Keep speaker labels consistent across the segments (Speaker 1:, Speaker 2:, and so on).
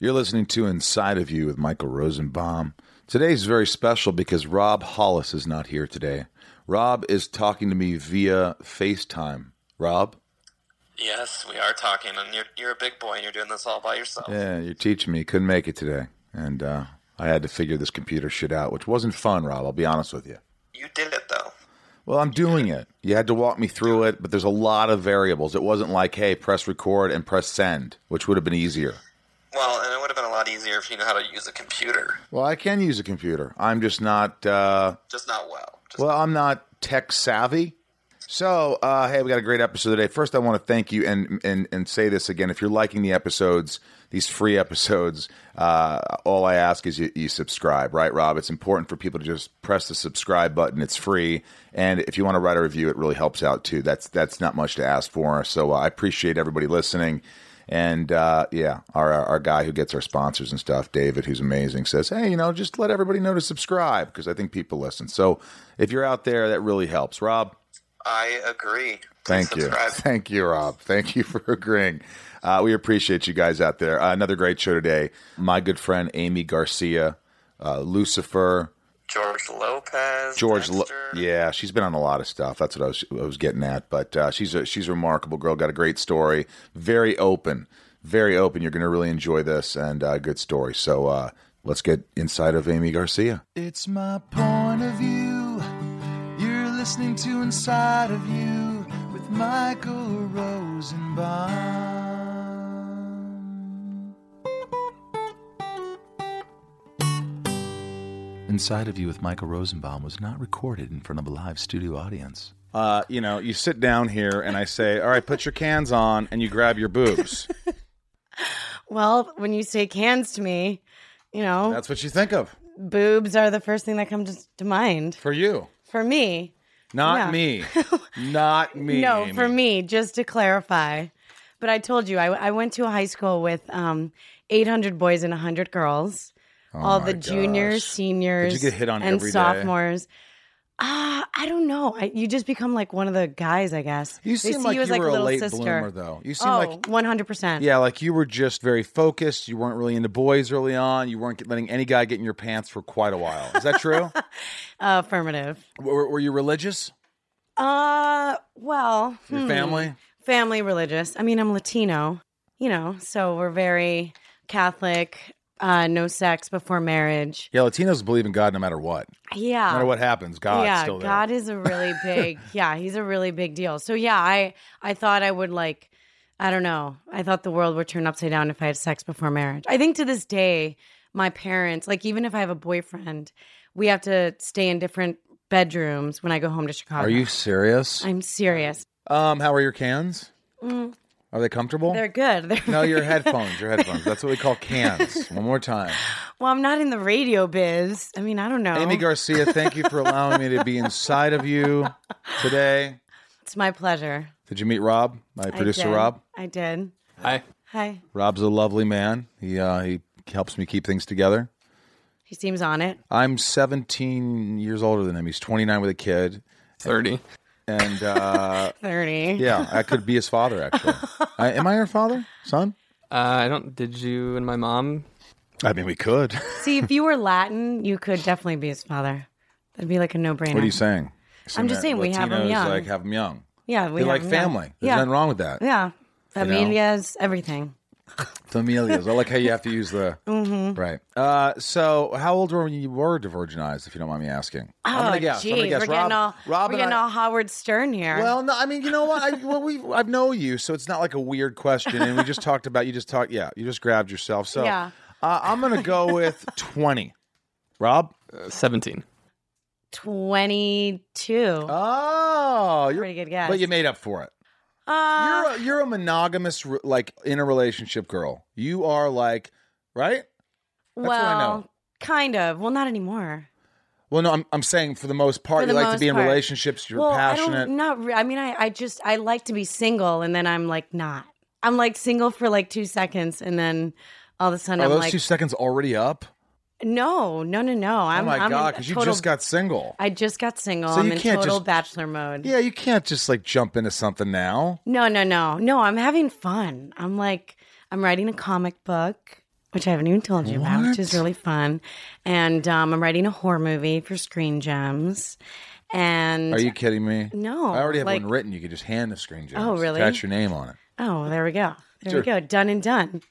Speaker 1: You're listening to Inside of You with Michael Rosenbaum. Today's very special because Rob Hollis is not here today. Rob is talking to me via FaceTime. Rob?
Speaker 2: Yes, we are talking, and you're you're a big boy, and you're doing this all by yourself.
Speaker 1: Yeah, you're teaching me. Couldn't make it today. And uh, I had to figure this computer shit out, which wasn't fun, Rob. I'll be honest with you.
Speaker 2: You did it though.
Speaker 1: Well, I'm doing it. You had to walk me through it, but there's a lot of variables. It wasn't like, hey, press record and press send, which would have been easier.
Speaker 2: Well, and it would have been a lot easier if you knew how to use a computer,
Speaker 1: Well, I can use a computer. I'm just not. Uh,
Speaker 2: just not well. Just,
Speaker 1: Well, I'm not tech savvy. So, uh, hey, we got a great episode today. First, I want to thank you and and and say this again. If you're liking the episodes, these free episodes, uh, all I ask is you, you subscribe, right, Rob? It's important for people to just press the subscribe button. It's free, and if you want to write a review, it really helps out too. That's that's not much to ask for. So, uh, I appreciate everybody listening. And uh, yeah, our, our our guy who gets our sponsors and stuff, David, who's amazing, says, "Hey, you know, just let everybody know to subscribe because I think people listen." So if you're out there, that really helps. Rob,
Speaker 2: I agree.
Speaker 1: thank
Speaker 2: Please
Speaker 1: you,
Speaker 2: subscribe.
Speaker 1: thank you, Rob, thank you for agreeing. Uh, we appreciate you guys out there. Uh, another great show today. My good friend Amy Garcia, uh, Lucifer,
Speaker 2: George Lopez.
Speaker 1: George, Lo-
Speaker 2: Dexter.
Speaker 1: yeah, she's been on a lot of stuff. That's what I was, I was getting at. But uh, she's a she's a remarkable girl. Got a great story. Very open, very open. You're going to really enjoy this and uh, good story. So uh, let's get inside of Amy Garcia. It's my point of view. You're listening to Inside of You with Michael Rosenbaum. Inside of You with Michael Rosenbaum was not recorded in front of a live studio audience. Uh, you know, you sit down here and I say, All right, put your cans on, and you grab your boobs.
Speaker 3: Well, when you say cans to me, you know,
Speaker 1: That's what you think of
Speaker 3: boobs are the first thing that comes to mind
Speaker 1: for you.
Speaker 3: for me.
Speaker 1: Not
Speaker 3: Yeah.
Speaker 1: me. Not me.
Speaker 3: no,
Speaker 1: Amy.
Speaker 3: for me, just to clarify. But I told you, I, I went to a high school with um, 800 boys and 100 girls. all
Speaker 1: Oh my
Speaker 3: the juniors,
Speaker 1: gosh.
Speaker 3: seniors,
Speaker 1: Did you get hit on
Speaker 3: and
Speaker 1: every day?
Speaker 3: sophomores. Ah, I don't know. I, you just become like one of the guys, I guess.
Speaker 1: You
Speaker 3: They
Speaker 1: seem
Speaker 3: see
Speaker 1: like
Speaker 3: you as
Speaker 1: you
Speaker 3: like
Speaker 1: were a
Speaker 3: little
Speaker 1: late
Speaker 3: sister.
Speaker 1: bloomer, though. You seem
Speaker 3: oh,
Speaker 1: like-
Speaker 3: 100%.
Speaker 1: Yeah, like you were just very focused. You weren't really into boys early on. You weren't letting any guy get in your pants for quite a while. Is that true?
Speaker 3: Affirmative.
Speaker 1: were, were you religious?
Speaker 3: Uh, well,
Speaker 1: Your
Speaker 3: hmm.
Speaker 1: family?
Speaker 3: family religious. I mean, I'm Latino, you know, so we're very Catholic, uh, no sex before marriage.
Speaker 1: Yeah, Latinos believe in God no matter what.
Speaker 3: Yeah.
Speaker 1: No matter what happens, God's
Speaker 3: Ah. yeah,
Speaker 1: still there.
Speaker 3: God is a really big, yeah, he's a really big deal. So yeah, I I thought I would like I don't know. I thought the world would turn upside down if I had sex before marriage. I think to this day, my parents, like even if I have a boyfriend, we have to stay in different bedrooms when I go home to Chicago.
Speaker 1: Are you serious?
Speaker 3: I'm serious.
Speaker 1: Um, how are your cans?
Speaker 3: Mm.
Speaker 1: Are they comfortable?
Speaker 3: They're good. They're
Speaker 1: no, your headphones. Your headphones. That's what we call cans. One more time.
Speaker 3: Well, I'm not in the radio biz. I mean, I don't know.
Speaker 1: Amy Garcia, thank you for allowing me to be inside of you today.
Speaker 3: it's my pleasure.
Speaker 1: Did you meet Rob, my
Speaker 3: I
Speaker 1: producer
Speaker 3: did.
Speaker 1: Rob?
Speaker 3: I did.
Speaker 2: Hi.
Speaker 3: Hi.
Speaker 1: Rob's a lovely man. He uh, he helps me keep things together.
Speaker 3: He seems on it.
Speaker 1: I'm 17 years older than him. He's 29 with a kid,
Speaker 2: Thirty.
Speaker 1: and uh,
Speaker 3: 30.
Speaker 1: yeah, I could be his father. Actually, I, am I your father, son?
Speaker 4: Uh, I don't. Did you and my mom?
Speaker 1: I mean, we could.
Speaker 3: See, if you were Latin, you could definitely be his father. That'd be like a no brainer.
Speaker 1: what are you saying?
Speaker 3: I'm just saying we have 'em
Speaker 1: Latinos,
Speaker 3: young.
Speaker 1: Like have them young.
Speaker 3: Yeah, we
Speaker 1: They're like
Speaker 3: have- yeah.
Speaker 1: family. There's
Speaker 3: Yeah.
Speaker 1: nothing wrong with that.
Speaker 3: Yeah.
Speaker 1: know?
Speaker 3: Familias, everything.
Speaker 1: Familias. I like how you have to use the
Speaker 3: Mm-hmm.
Speaker 1: right. Uh, so, how old were you when you were divergenized? If you don't mind me asking, I'm
Speaker 3: oh,
Speaker 1: gonna guess.
Speaker 3: Geez,
Speaker 1: I'm gonna guess.
Speaker 3: We're
Speaker 1: Rob,
Speaker 3: getting all
Speaker 1: Rob
Speaker 3: we're
Speaker 1: and
Speaker 3: getting
Speaker 1: I-
Speaker 3: all Howard Stern here.
Speaker 1: Well, no, I mean, you know what? I well, we I know you, so it's not like a weird question. And we just talked about you just talked, yeah, you just grabbed yourself. So
Speaker 3: Yeah.
Speaker 1: uh, I'm gonna go with twenty. Rob,
Speaker 4: Uh, Seventeen.
Speaker 3: twenty two.
Speaker 1: oh, Uh, you're
Speaker 3: Pretty good guess.
Speaker 1: but you made up for it.
Speaker 3: uh,
Speaker 1: You're a, you're a monogamous re- like in a relationship girl. You are like right. That's
Speaker 3: well,
Speaker 1: what I know.
Speaker 3: kind of. Well, not anymore.
Speaker 1: Well, no, I'm, I'm saying for the most part,
Speaker 3: For
Speaker 1: you
Speaker 3: the
Speaker 1: like to
Speaker 3: most
Speaker 1: be in
Speaker 3: part.
Speaker 1: relationships. You're
Speaker 3: well, I
Speaker 1: passionate.
Speaker 3: don't. Not. Re- I mean, I. I just. I like to be single, and then I'm like not. I'm like single for like two seconds, and then all of a sudden
Speaker 1: Are
Speaker 3: I'm
Speaker 1: those
Speaker 3: like,
Speaker 1: two seconds already up?
Speaker 3: no, no, no, no. I'm.
Speaker 1: oh my
Speaker 3: I'm
Speaker 1: god,
Speaker 3: in
Speaker 1: because you
Speaker 3: total-
Speaker 1: just got single.
Speaker 3: I just got single.
Speaker 1: So
Speaker 3: I'm
Speaker 1: you
Speaker 3: in
Speaker 1: can't
Speaker 3: total
Speaker 1: just-
Speaker 3: bachelor mode.
Speaker 1: yeah, you can't just like jump into something now.
Speaker 3: No, no, no, no. I'm having fun. I'm like, I'm writing a comic book, which I haven't even told you about, which is
Speaker 1: What?
Speaker 3: really fun. And um, I'm writing a horror movie for Screen Gems. And
Speaker 1: Are you kidding me?
Speaker 3: No,
Speaker 1: I already have
Speaker 3: like-
Speaker 1: one written. You could just hand the screen. Gems.
Speaker 3: Oh, really?
Speaker 1: Attach your name on it.
Speaker 3: oh, there we go. There
Speaker 1: Sure.
Speaker 3: we go. Done and done.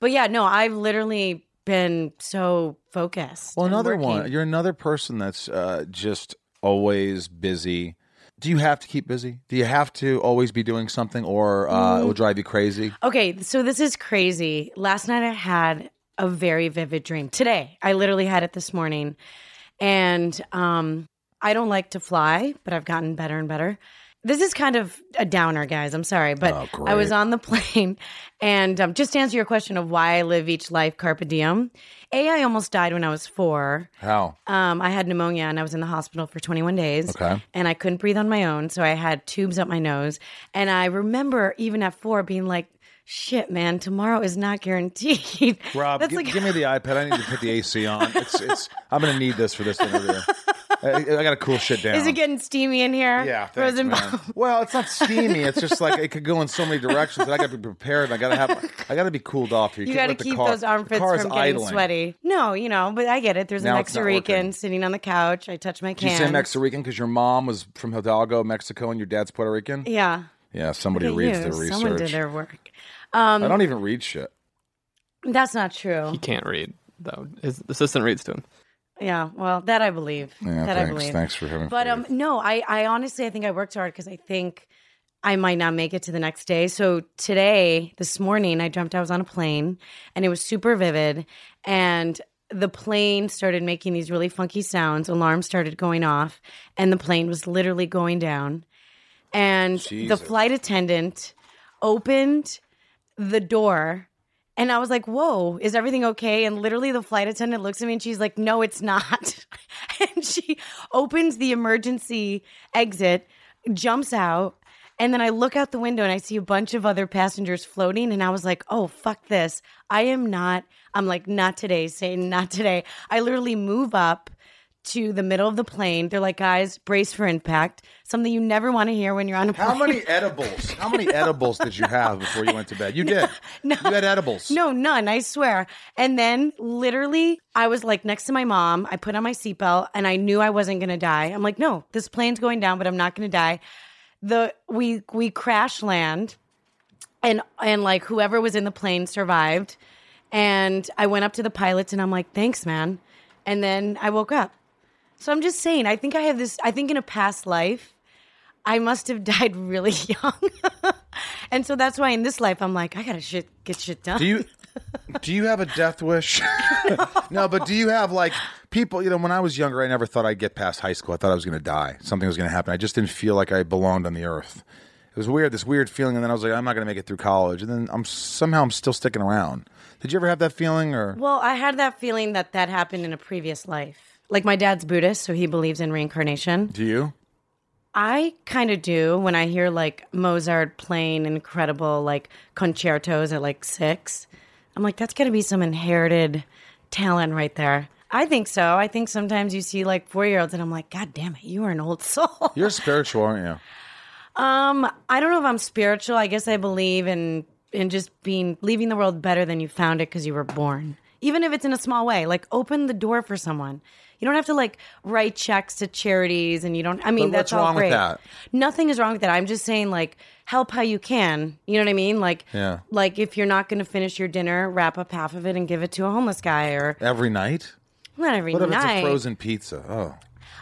Speaker 3: But yeah, no, I've literally been so focused.
Speaker 1: Well,
Speaker 3: and
Speaker 1: another
Speaker 3: working.
Speaker 1: one. You're another person that's uh, just always busy. Do you have to keep busy? Do you have to always be doing something, or uh,
Speaker 3: Mm.
Speaker 1: it will drive you crazy?
Speaker 3: Okay, so this is crazy. Last night I had a very vivid dream. Today, I literally had it this morning. And um I don't like to fly, but I've gotten better and better. This is kind of a downer, guys. I'm sorry, but
Speaker 1: Oh,
Speaker 3: I was
Speaker 1: great.
Speaker 3: on the plane and um, just to answer your question of why I live each life carpe diem. A, I almost died when I was four.
Speaker 1: How?
Speaker 3: Um, I had pneumonia and I was in the hospital for 21 days.
Speaker 1: Okay.
Speaker 3: And I couldn't breathe on my own. So I had tubes up my nose. And I remember even at four being like, shit, man, tomorrow is not guaranteed.
Speaker 1: Rob,
Speaker 3: That's
Speaker 1: gi-
Speaker 3: like,
Speaker 1: give me the iPad. I need to put the AC on. It's, it's, I'm going to need this for this interview. I, I got to cool shit down.
Speaker 3: is it getting steamy in here?
Speaker 1: yeah, thanks,
Speaker 3: Frozen
Speaker 1: man. Well, it's not steamy. It's just like it could go in so many directions. And I got to be prepared. And I got to have. I got to be cooled off here.
Speaker 3: You
Speaker 1: can't
Speaker 3: got to
Speaker 1: let the
Speaker 3: keep
Speaker 1: car-
Speaker 3: those armpits
Speaker 1: the car is
Speaker 3: from getting
Speaker 1: idling.
Speaker 3: sweaty. No, you know, but I get it. There's
Speaker 1: Now
Speaker 3: a
Speaker 1: it's not
Speaker 3: Mexican
Speaker 1: working.
Speaker 3: sitting on the couch. I touch my
Speaker 1: Did
Speaker 3: can.
Speaker 1: you say Mexican because your mom was from Hidalgo, Mexico, and your dad's Puerto Rican?
Speaker 3: Yeah.
Speaker 1: Yeah, somebody
Speaker 3: Look at
Speaker 1: reads
Speaker 3: you.
Speaker 1: their research.
Speaker 3: Someone did their work. Um,
Speaker 1: I don't even read shit.
Speaker 3: That's not true.
Speaker 4: He can't read though. His assistant reads to him.
Speaker 3: Yeah, well, that I believe.
Speaker 1: Yeah,
Speaker 3: that I
Speaker 1: thanks.
Speaker 3: believe.
Speaker 1: Thanks for having
Speaker 3: But um,
Speaker 1: faith.
Speaker 3: no, I, I honestly, I think I worked hard because I think I might not make it to the next day. So today, this morning, I dreamt I was on a plane, and it was super vivid, and the plane started making these really funky sounds. Alarms started going off, and the plane was literally going down. And
Speaker 1: Jesus.
Speaker 3: the flight attendant opened the door and I was like, whoa, is everything okay? And literally the flight attendant looks at me and she's like, no, it's not. and she opens the emergency exit, jumps out. And then I look out the window and I see a bunch of other passengers floating. And I was like, oh, fuck this. I am not, I'm like, not today, Satan, not today. I literally move up to the middle of the plane. They're like, guys, brace for impact, something you never want to hear when you're on a plane.
Speaker 1: How many edibles? How many edibles did you have before you went to bed? You did.
Speaker 3: no.
Speaker 1: You had edibles.
Speaker 3: No, none, I swear. And then literally, I was like next to my mom. I put on my seatbelt and I knew I wasn't going to die. I'm like, no, this plane's going down, but I'm not going to die. The we we crash land and and like whoever was in the plane survived. And I went up to the pilots and I'm like, "Thanks, man." And then I woke up. So I'm just saying, I think I have this I think in a past life I must have died really young. and so that's why in this life I'm like, I got to shit get shit done.
Speaker 1: Do you do you have a death wish? no, but do you have like people, you know, when I was younger, I never thought I'd get past high school. I thought I was going to die. Something was going to happen. I just didn't feel like I belonged on the earth. It was weird, this weird feeling and then I was like, I'm not going to make it through college. And then I'm somehow I'm still sticking around. Did you ever have that feeling or
Speaker 3: Well, I had that feeling that that happened in a previous life. Like my dad's Buddhist, so he believes in reincarnation.
Speaker 1: do you?
Speaker 3: I kind of do when I hear like Mozart playing incredible like concertos at like six. I'm like, that's got to be some inherited talent right there. I think so. I think sometimes you see like four year olds, and I'm like, God damn it, you are an old soul.
Speaker 1: You're spiritual, aren't you?
Speaker 3: Um, I don't know if I'm spiritual. I guess I believe in in just being leaving the world better than you found it because you were born. Even if it's in a small way, like open the door for someone. You don't have to like write checks to charities, and you don't. I mean,
Speaker 1: But what's
Speaker 3: that's all
Speaker 1: wrong with
Speaker 3: great.
Speaker 1: that?
Speaker 3: Nothing is wrong with that. I'm just saying, like, help how you can. You know what I mean? Like,
Speaker 1: Yeah.
Speaker 3: like if you're not going to finish your dinner, wrap up half of it and give it to a homeless guy, or
Speaker 1: Every night?
Speaker 3: not every
Speaker 1: What if
Speaker 3: night.
Speaker 1: it's a frozen pizza? Oh.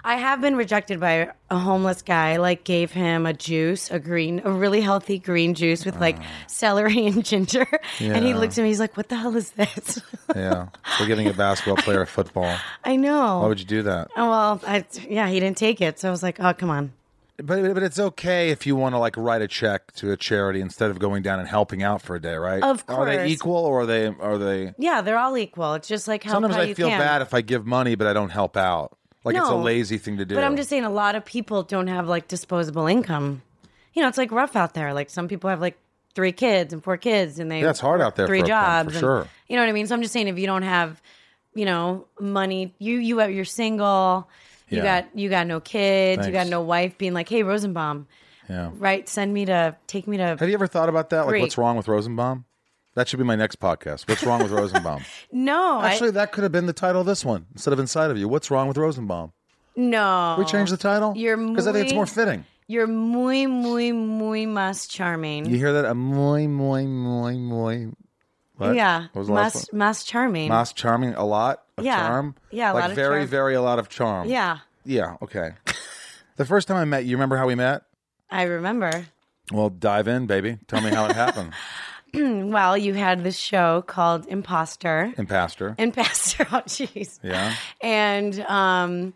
Speaker 3: I have been rejected by a homeless guy. I, Like gave him a juice, a green, a really healthy green juice with like celery and ginger. And he
Speaker 1: Ah. Yeah.
Speaker 3: looks at me. He's like, "What the hell is this?"
Speaker 1: Yeah. We're giving a basketball player a football.
Speaker 3: I know.
Speaker 1: Why would you do that?
Speaker 3: oh, well, I, yeah, he didn't take it, so I was like, "Oh, come on."
Speaker 1: but but it's okay if you want to like write a check to a charity instead of going down and helping out for a day, right?
Speaker 3: Of
Speaker 1: Are they
Speaker 3: course.
Speaker 1: equal or are they are they?
Speaker 3: Yeah, they're all equal. It's just like how
Speaker 1: Sometimes
Speaker 3: how
Speaker 1: I
Speaker 3: you
Speaker 1: feel
Speaker 3: can.
Speaker 1: bad if I give money but I don't help out. Like it's a
Speaker 3: No.
Speaker 1: lazy thing to do.
Speaker 3: But I'm just saying a lot of people don't have like disposable income. You know, it's like rough out there. Like some people have like three kids and four kids and they
Speaker 1: Yeah, it's hard
Speaker 3: work
Speaker 1: out there
Speaker 3: three
Speaker 1: for a punk,
Speaker 3: jobs.
Speaker 1: for
Speaker 3: and-
Speaker 1: sure.
Speaker 3: You know what I mean? So I'm just saying if you don't have, you know, money, you you have you're single, you
Speaker 1: Yeah.
Speaker 3: got you got no kids, you got
Speaker 1: Thanks.
Speaker 3: no wife being like, Hey Rosenbaum,
Speaker 1: Yeah.
Speaker 3: right, send me to take me to
Speaker 1: Have you ever thought about that? Like,
Speaker 3: Great.
Speaker 1: what's wrong with Rosenbaum? That should be my next podcast. What's wrong with Rosenbaum?
Speaker 3: No I-
Speaker 1: Actually, that could have been the title of this one instead of Inside of You. What's wrong with Rosenbaum?
Speaker 3: no.
Speaker 1: We changed the title
Speaker 3: Oh, You're
Speaker 1: because I think it's
Speaker 3: muy-
Speaker 1: more fitting.
Speaker 3: You're muy, muy, muy mas charming.
Speaker 1: You hear that? A muy, muy, muy, muy. What?
Speaker 3: Yeah.
Speaker 1: What was the last
Speaker 3: Mas, mas charming.
Speaker 1: Mas charming a lot of
Speaker 3: Yeah.
Speaker 1: charm.
Speaker 3: Yeah, a
Speaker 1: like
Speaker 3: lot of
Speaker 1: very,
Speaker 3: charm.
Speaker 1: very a lot of charm.
Speaker 3: yeah,
Speaker 1: Yeah. Okay. the first time I met you, remember how we met?
Speaker 3: I remember.
Speaker 1: Well, dive in, baby. Tell me how it happened.
Speaker 3: Well, you had this show called Imposter.
Speaker 1: And Pastor.
Speaker 3: And Pastor, oh jeez.
Speaker 1: Yeah.
Speaker 3: And um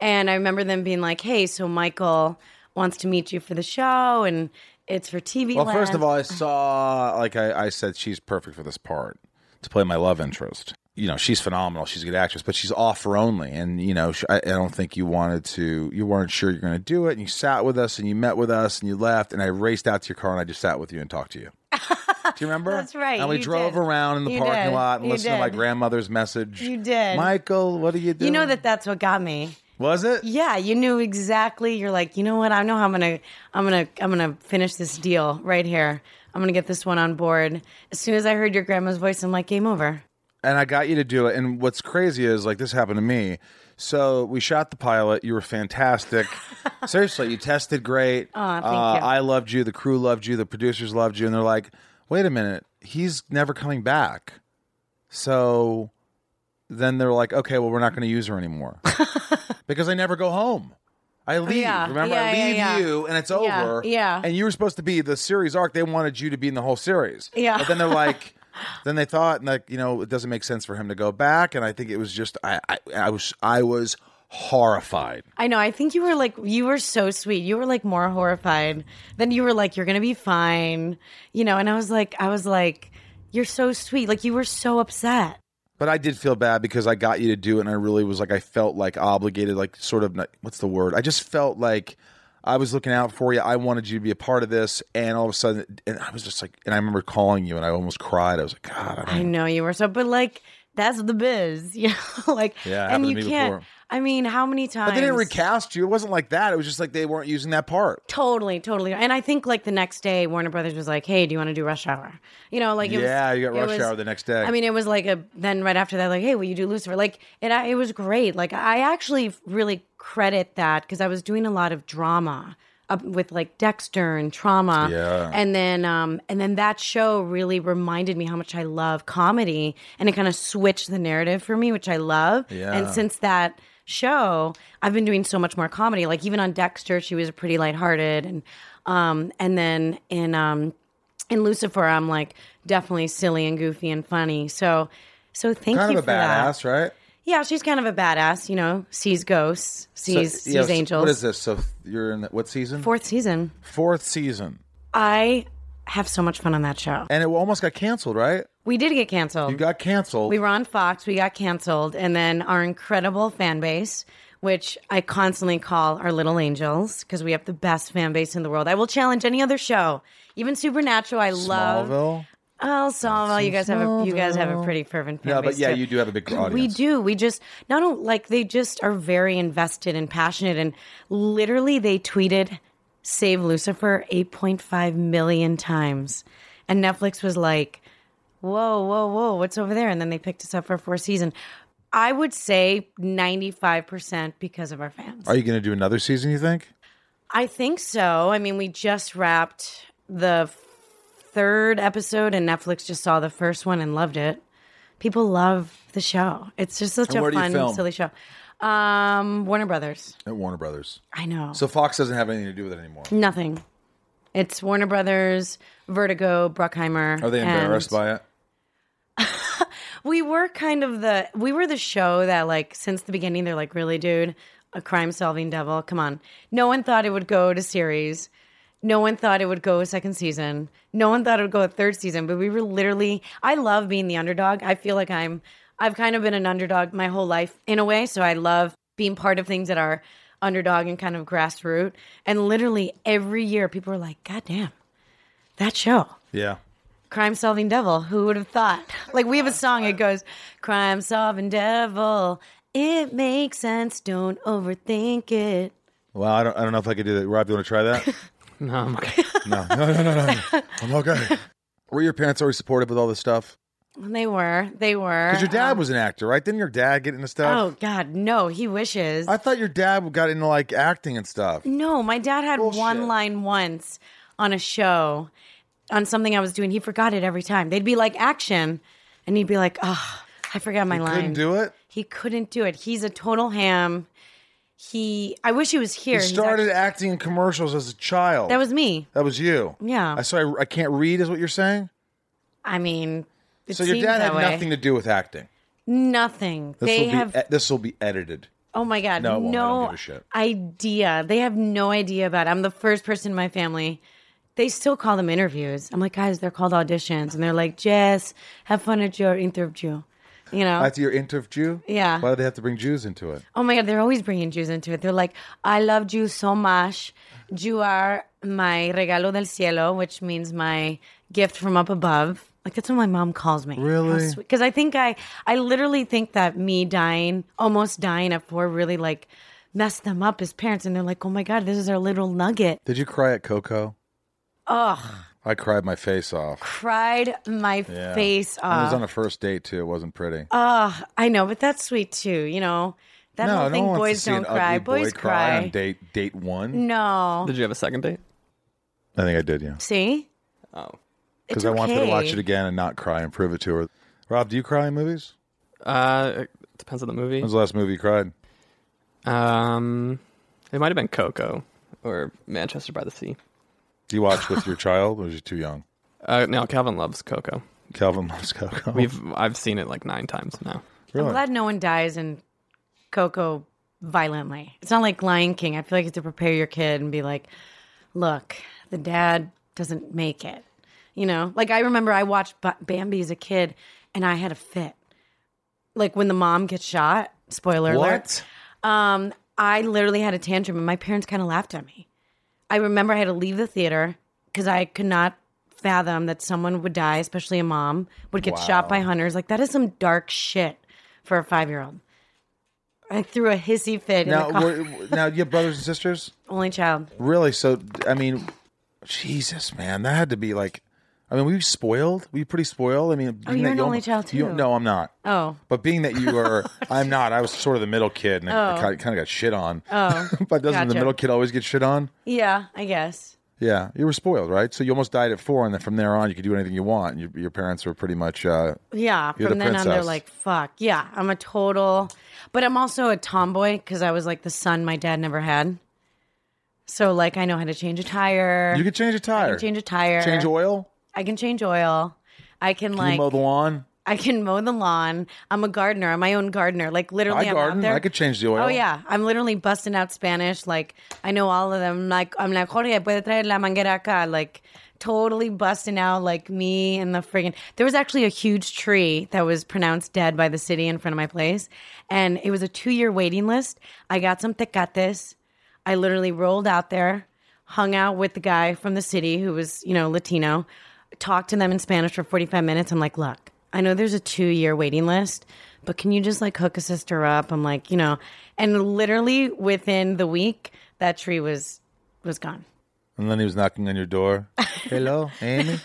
Speaker 3: and I remember them being like, Hey, so Michael wants to meet you for the show and it's for TV.
Speaker 1: Well, first
Speaker 3: Land."
Speaker 1: of all, I saw, like I, I said, she's perfect for this part to play my love interest. You know, she's phenomenal. She's a good actress, but she's offer only. And, you know, sh I, I don't think you wanted to, you weren't sure you're going to do it. And you sat with us and you met with us and you left. And I raced out to your car and I just sat with you and talked to you. do you remember?
Speaker 3: That's right,
Speaker 1: And we
Speaker 3: you
Speaker 1: drove
Speaker 3: did.
Speaker 1: around in the
Speaker 3: You
Speaker 1: parking
Speaker 3: did.
Speaker 1: lot and
Speaker 3: You
Speaker 1: listened to my
Speaker 3: did.
Speaker 1: grandmother's message.
Speaker 3: You did.
Speaker 1: Michael, what are you doing?
Speaker 3: you know that that's what got me.
Speaker 1: Was it?
Speaker 3: Yeah, you knew exactly. You're like, you know what? I know how I'm gonna, I'm gonna, I'm gonna finish this deal right here. I'm gonna get this one on board. As soon as I heard your grandma's voice, I'm like, game over.
Speaker 1: and I got you to do it. And what's crazy is like this happened to me. So we shot the pilot. You were fantastic. Seriously, you tested great.
Speaker 3: Aw, thank
Speaker 1: Uh,
Speaker 3: you.
Speaker 1: I loved you. The crew loved you. The producers loved you. And they're like, wait a minute, he's never coming back. So then they're like, okay, well, we're not going to use her anymore because I never go home. I leave.
Speaker 3: Yeah,
Speaker 1: Remember, I
Speaker 3: yeah, yeah,
Speaker 1: leave
Speaker 3: yeah.
Speaker 1: you, and it's
Speaker 3: Yeah,
Speaker 1: over.
Speaker 3: yeah.
Speaker 1: And you were supposed to be the series arc. They wanted you to be in the whole series.
Speaker 3: Yeah.
Speaker 1: But then they're like, then they thought, and like, you know, it doesn't make sense for him to go back. And I think it was just, I, I, I was, I was horrified.
Speaker 3: I know. I think you were like, you were so sweet. You were like more horrified. Then you were like, you're gonna be fine, you know. And I was like, I was like, you're so sweet. Like you were so upset.
Speaker 1: But I did feel bad because I got you to do it, and I really was like, I felt like obligated, like sort of, not- what's the word? I just felt like I was looking out for you. I wanted you to be a part of this, and all of a sudden, and I was just like, and I remember calling you, and I almost cried. I was like, God, I don't
Speaker 3: I know you were so, but like. That's the biz, you know. Like,
Speaker 1: Yeah, it happened
Speaker 3: and
Speaker 1: to
Speaker 3: you
Speaker 1: me
Speaker 3: can't.
Speaker 1: before.
Speaker 3: I mean, how many times?
Speaker 1: But they didn't recast you. It wasn't like that. It was just like they weren't using that part.
Speaker 3: Totally, totally. And I think like the next day, Warner Brothers was like, "Hey, do you want to do Rush Hour?" You know, like it
Speaker 1: Yeah,
Speaker 3: was,
Speaker 1: you got
Speaker 3: it
Speaker 1: Rush
Speaker 3: was-
Speaker 1: Hour the next day.
Speaker 3: I mean, it was like a then right after that, like, "Hey, will you do Lucifer?" Like, it I- it was great. Like, I actually really credit that because I was doing a lot of drama up with like Dexter and Trauma,
Speaker 1: Yeah.
Speaker 3: and then um and then that show really reminded me how much I love comedy, and it kind of switched the narrative for me, which I love.
Speaker 1: Yeah.
Speaker 3: And since that show, I've been doing so much more comedy. Like even on Dexter, she was pretty lighthearted and um and then in um in Lucifer, I'm like definitely silly and goofy and funny. So so thank
Speaker 1: Kind
Speaker 3: you
Speaker 1: of a
Speaker 3: for that.
Speaker 1: badass, right?
Speaker 3: Yeah, she's kind of a badass, you know, sees ghosts, sees
Speaker 1: So,
Speaker 3: sees
Speaker 1: yeah, so
Speaker 3: angels.
Speaker 1: What is this? So you're in the, what season?
Speaker 3: Fourth season.
Speaker 1: Fourth season,
Speaker 3: I have so much fun on that show.
Speaker 1: and it almost got canceled, right?
Speaker 3: We did get canceled.
Speaker 1: You got canceled.
Speaker 3: We were on Fox, we got canceled, and then our incredible fan base, which I constantly call our little angels because we have the best fan base in the world. I will challenge any other show, even Supernatural. I love.
Speaker 1: Smallville.
Speaker 3: Oh, Smallville, you guys have a you guys have a pretty fervent fan
Speaker 1: No,
Speaker 3: base.
Speaker 1: but yeah,
Speaker 3: too.
Speaker 1: you do have a big audience.
Speaker 3: We do. We just not only like they just are very invested and passionate, and literally they tweeted "Save Lucifer" 8.5 million times, and Netflix was like, "Whoa, whoa, whoa, what's over there?" And then they picked us up for a fourth season. I would say 95% because of our fans.
Speaker 1: Are you going to do another season? You think?
Speaker 3: I think so. I mean, we just wrapped the third episode, and Netflix just saw the first one and loved it. People love the show. It's just such
Speaker 1: And where
Speaker 3: a
Speaker 1: do you film?
Speaker 3: fun, silly show. Um, Warner Brothers.
Speaker 1: At Warner Brothers.
Speaker 3: I know.
Speaker 1: So Fox doesn't have anything to do with it anymore.
Speaker 3: Nothing. It's Warner Brothers, Vertigo, Bruckheimer.
Speaker 1: Are they embarrassed
Speaker 3: and-
Speaker 1: by it?
Speaker 3: We were kind of the we were the show that like since the beginning they're like, really, dude, a crime solving devil. Come on. No one thought it would go to series. No one thought it would go a second season. No one thought it would go a third season, but we were literally I love being the underdog. I feel like I'm I've kind of been an underdog my whole life in a way, so I love being part of things that are underdog and kind of grassroots. And literally every year people were like, "God damn. That show."
Speaker 1: Yeah.
Speaker 3: Crime Solving Devil. Who would have thought? Like we have a song. It goes, Crime Solving Devil. It makes sense. Don't overthink it.
Speaker 1: Well, I don't, I don't know if I could do that. Rob, you want to try that?
Speaker 4: No, I'm okay.
Speaker 1: no. no, no, no, no. I'm okay. Were your parents always supportive with all this stuff?
Speaker 3: And they were. They were.
Speaker 1: Because your dad was an actor, right? Didn't your dad get into stuff?
Speaker 3: Oh God, no. He wishes.
Speaker 1: I thought your dad got into like acting and stuff.
Speaker 3: No, my dad had one line once on a show, on something I was doing. He forgot it every time. They'd be like action, and he'd be like, "Oh, I forgot my line."
Speaker 1: Couldn't do it.
Speaker 3: He couldn't do it. He's a total ham. He. I wish he was here.
Speaker 1: He
Speaker 3: He's
Speaker 1: started
Speaker 3: actually-
Speaker 1: acting in commercials as a child.
Speaker 3: that was me.
Speaker 1: that was you.
Speaker 3: Yeah.
Speaker 1: I so I, I can't read is what you're saying.
Speaker 3: I mean, it
Speaker 1: so your
Speaker 3: seems
Speaker 1: dad
Speaker 3: that
Speaker 1: had
Speaker 3: way.
Speaker 1: nothing to do with acting.
Speaker 3: Nothing.
Speaker 1: This
Speaker 3: they
Speaker 1: will be
Speaker 3: have.
Speaker 1: e- this will be edited.
Speaker 3: oh my god.
Speaker 1: No, it
Speaker 3: No,
Speaker 1: won't. I don't give a shit.
Speaker 3: idea. They have no idea about. It. I'm the first person in my family. They still call them interviews. I'm like, guys, they're called auditions, and they're like, Jess, have fun at your interview. You know.
Speaker 1: That's your interview.
Speaker 3: Oh. Yeah.
Speaker 1: Why do they have to bring Jews into it?
Speaker 3: oh my god, they're always bringing Jews into it. They're like, I love Jews so much. You are my regalo del cielo, which means my gift from up above. Like that's what my mom calls me.
Speaker 1: Really?
Speaker 3: Because I think I, I literally think that me dying, almost dying at four, really like messed them up as parents, and they're like, oh my god, this is our little nugget.
Speaker 1: Did you cry at Coco?
Speaker 3: Ugh,
Speaker 1: I cried my face off.
Speaker 3: cried my
Speaker 1: Yeah.
Speaker 3: face
Speaker 1: I was
Speaker 3: off.
Speaker 1: on a first date too. It wasn't pretty.
Speaker 3: Ugh, I know, but that's sweet too. You know that
Speaker 1: no,
Speaker 3: whole
Speaker 1: no
Speaker 3: thing.
Speaker 1: one wants
Speaker 3: boys
Speaker 1: to see
Speaker 3: don't
Speaker 1: an
Speaker 3: cry. Mm.
Speaker 1: ugly boy
Speaker 3: boys
Speaker 1: cry, on date date one.
Speaker 3: No.
Speaker 4: Did you have a second date?
Speaker 1: I think I did, yeah.
Speaker 3: See?
Speaker 4: Oh.
Speaker 1: Because I want her to watch it again and not cry and prove it to her. Rob, do you cry in movies?
Speaker 4: Uh, it depends on the movie.
Speaker 1: When's the last movie you cried?
Speaker 4: Um, it might have been Coco or Manchester by the Sea.
Speaker 1: Do you watch with your child, or was you too young?
Speaker 4: Uh, no, Calvin loves Coco.
Speaker 1: Calvin loves Coco.
Speaker 4: We've I've seen it like nine times now.
Speaker 1: Really?
Speaker 3: I'm glad no one dies in Coco violently. It's not like Lion King. I feel like you have to prepare your kid and be like, look, the dad doesn't make it. You know? Like, I remember I watched B- Bambi as a kid and I had a fit. Like, when the mom gets shot, spoiler alert.
Speaker 1: What?
Speaker 3: Um, I literally had a tantrum and my parents kind of laughed at me. I remember I had to leave the theater because I could not fathom that someone would die, especially a mom, would get shot by hunters. Like, that is some dark shit for a five year old. I threw a hissy fit
Speaker 1: Now,
Speaker 3: in the car.
Speaker 1: were, now you have brothers and sisters?
Speaker 3: Only child.
Speaker 1: Really? So, I mean, Jesus, man, that had to be like. I mean, were you spoiled? Were you pretty spoiled? I mean, being
Speaker 3: Oh, you're
Speaker 1: that
Speaker 3: an
Speaker 1: you
Speaker 3: only
Speaker 1: almo-
Speaker 3: child,
Speaker 1: you-
Speaker 3: too.
Speaker 1: no, I'm not.
Speaker 3: Oh.
Speaker 1: But being that you were, I'm not. I was sort of the middle kid, and I kind of got shit on.
Speaker 3: Oh.
Speaker 1: but doesn't the
Speaker 3: gotcha.
Speaker 1: middle kid always get shit on?
Speaker 3: Yeah, I guess.
Speaker 1: Yeah, you were spoiled, right? So you almost died at four, and then from there on, you could do anything you want. Your, your parents were pretty much. Uh,
Speaker 3: Yeah.
Speaker 1: You're
Speaker 3: From
Speaker 1: the
Speaker 3: then on, they're
Speaker 1: princess.
Speaker 3: like, fuck. Yeah, I'm a total, but I'm also a tomboy because I was like the son my dad never had. So, like, I know how to change a tire.
Speaker 1: you could change a
Speaker 3: I
Speaker 1: tire,
Speaker 3: can change a tire.
Speaker 1: change oil,
Speaker 3: I can change oil. I can
Speaker 1: Can
Speaker 3: like
Speaker 1: you mow the lawn.
Speaker 3: I can mow the lawn. I'm a gardener. I'm my own gardener. Like literally,
Speaker 1: I
Speaker 3: I'm out
Speaker 1: garden.
Speaker 3: there.
Speaker 1: I could change the oil.
Speaker 3: Oh yeah, I'm literally busting out Spanish. Like I know all of them. Like I'm like Jorge, puede traer la manguera acá. Like totally busting out. Like me and the friggin' There was actually a huge tree that was pronounced dead by the city in front of my place, and it was a two year waiting list. I got some tecates. I literally rolled out there, hung out with the guy from the city who was you know Latino, talked to them in Spanish for 45 minutes. I'm like, look, I know there's a two year waiting list, but can you just like hook a sister up? I'm like, you know, and literally within the week, that tree was was gone.
Speaker 1: And then he was knocking on your door. Hello, Amy.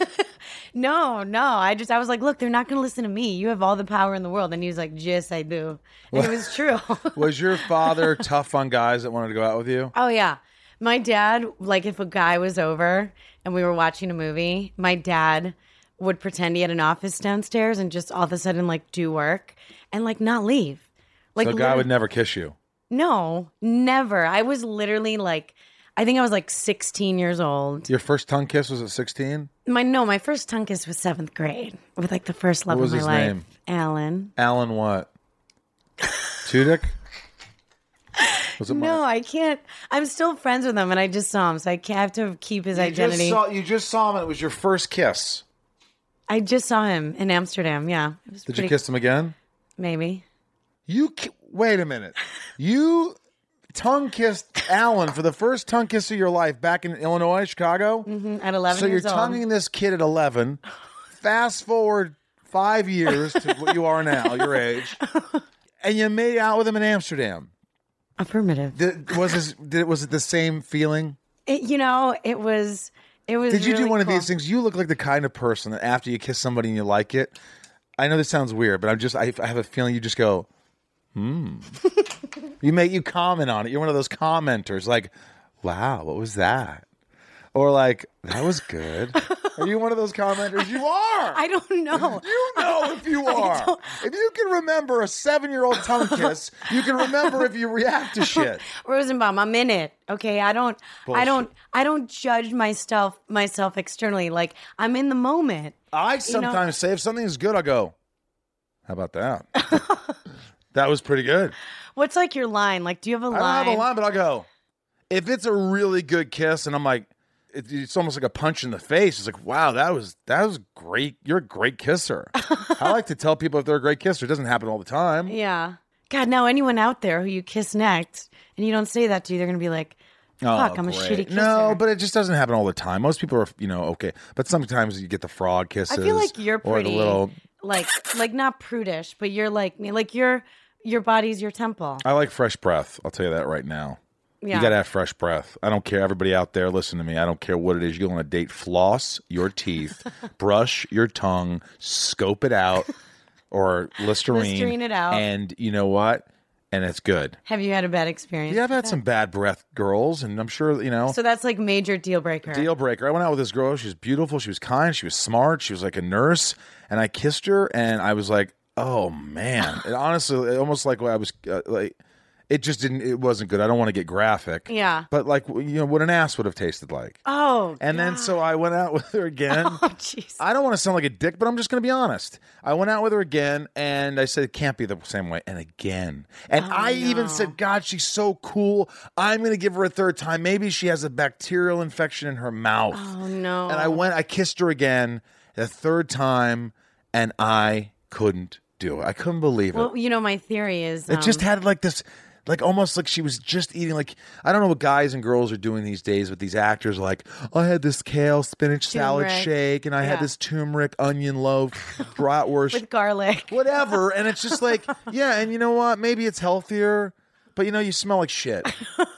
Speaker 3: No, no. I just I was like, look, they're not gonna listen to me. You have all the power in the world. And he was like, yes, I do. And it was true.
Speaker 1: was your father tough on guys that wanted to go out with you?
Speaker 3: Oh yeah. My dad, like if a guy was over and we were watching a movie, my dad would pretend he had an office downstairs and just all of a sudden like do work and like not leave. Like
Speaker 1: The guy
Speaker 3: literally-
Speaker 1: would never kiss you.
Speaker 3: No, never. I was literally like I think I was like 16 years old.
Speaker 1: Your first tongue kiss was at 16.
Speaker 3: My no, my first tongue kiss was seventh grade with like the first love
Speaker 1: What was
Speaker 3: of my
Speaker 1: his
Speaker 3: life.
Speaker 1: name?
Speaker 3: Alan.
Speaker 1: Alan, what? Tudyk. Was it
Speaker 3: No, I can't. I'm still friends with him, and I just saw him, so I can't I have to keep his
Speaker 1: You just,
Speaker 3: identity.
Speaker 1: saw, you just saw him, and it was your first kiss.
Speaker 3: I just saw him in Amsterdam. Yeah, it was
Speaker 1: Did
Speaker 3: pretty,
Speaker 1: you kiss him again?
Speaker 3: Maybe.
Speaker 1: You ki- wait a minute. You tongue kissed Alan for the first tongue kiss of your life back in Illinois, Chicago.
Speaker 3: Mm, At 11
Speaker 1: So you're
Speaker 3: years
Speaker 1: tonguing
Speaker 3: old.
Speaker 1: this kid at 11. Fast forward five years to what you are now, your age, and you made out with him in Amsterdam.
Speaker 3: Affirmative.
Speaker 1: Did, was this, did, was it the same feeling?
Speaker 3: It, you know, it was. It was.
Speaker 1: Did you do
Speaker 3: really
Speaker 1: one of
Speaker 3: cool.
Speaker 1: these things? You look like the kind of person that after you kiss somebody and you like it. I know this sounds weird, but I'm just I, I have a feeling you just go, hmm. you make you comment on it. You're one of those commenters, like, wow, what was that? Or like, that was good. are you one of those commenters? You are.
Speaker 3: I don't know.
Speaker 1: you know if you are. If you can remember a seven year old tongue kiss, you can remember if you react to shit.
Speaker 3: Rosenbaum, I'm in it. Okay, I don't, I
Speaker 1: Bullshit.
Speaker 3: don't, I don't judge myself myself externally. Like I'm in the moment.
Speaker 1: I sometimes say if something's good, I go, "How about that? that was pretty good."
Speaker 3: What's like your line? Like, do you have a
Speaker 1: I
Speaker 3: line?
Speaker 1: don't have a line, but I'll go. If it's a really good kiss, and I'm like, it, it's almost like a punch in the face. It's like, wow, that was that was great. You're a great kisser. I like to tell people if they're a great kisser. It doesn't happen all the time.
Speaker 3: Yeah. God, now anyone out there who you kiss next and you don't say that to, you, they're gonna be like, "Fuck, I'm a
Speaker 1: Oh, great.
Speaker 3: shitty kisser."
Speaker 1: No, but it just doesn't happen all the time. Most people are, you know, okay, but sometimes you get the frog
Speaker 3: I
Speaker 1: kisses.
Speaker 3: feel like you're
Speaker 1: or the
Speaker 3: pretty,
Speaker 1: little.
Speaker 3: like, like not prudish, but you're like me. Like your your body's your temple.
Speaker 1: I like fresh breath. I'll tell you that right now.
Speaker 3: Yeah.
Speaker 1: Uh, You got to have fresh breath. I don't care. Everybody out there, listen to me. I don't care what it is. You go on a date, floss your teeth, brush your tongue, scope it out, or Listerine.
Speaker 3: Listerine it out.
Speaker 1: And you know what? And it's good.
Speaker 3: have you had a bad experience?
Speaker 1: Yeah, I've had some bad breath girls, and I'm sure, you know,
Speaker 3: So that's like major deal breaker.
Speaker 1: deal breaker. I went out with this girl. She was beautiful. She was kind. She was smart. She was like a nurse. And I kissed her, and I was like, oh, man. It honestly, it almost like I was uh, like, it just didn't, it wasn't good. I don't want to get graphic.
Speaker 3: Yeah.
Speaker 1: But like, you know, what an ass would have tasted like.
Speaker 3: Oh.
Speaker 1: And then so I went out with her again.
Speaker 3: Oh, jeez.
Speaker 1: I don't want to sound like a dick, but I'm just going to be honest. I went out with her again and I said, it can't be the same way. And again. And I even said, God, she's so cool. I'm going to give her a third time. Maybe she has a bacterial infection in her mouth.
Speaker 3: Oh no.
Speaker 1: And I went, I kissed her again the third time and I couldn't do it. I couldn't believe it.
Speaker 3: Well, you know, my theory is
Speaker 1: It just
Speaker 3: um,
Speaker 1: had like this, like almost like she was just eating. Like I don't know what guys and girls are doing these days, but these actors are like I had this kale spinach salad
Speaker 3: Turmeric.
Speaker 1: shake, and I had
Speaker 3: Yeah.
Speaker 1: this turmeric onion loaf bratwurst,
Speaker 3: with garlic.
Speaker 1: whatever. And it's just like, yeah, and you know what? Maybe it's healthier, but you know, you smell like shit.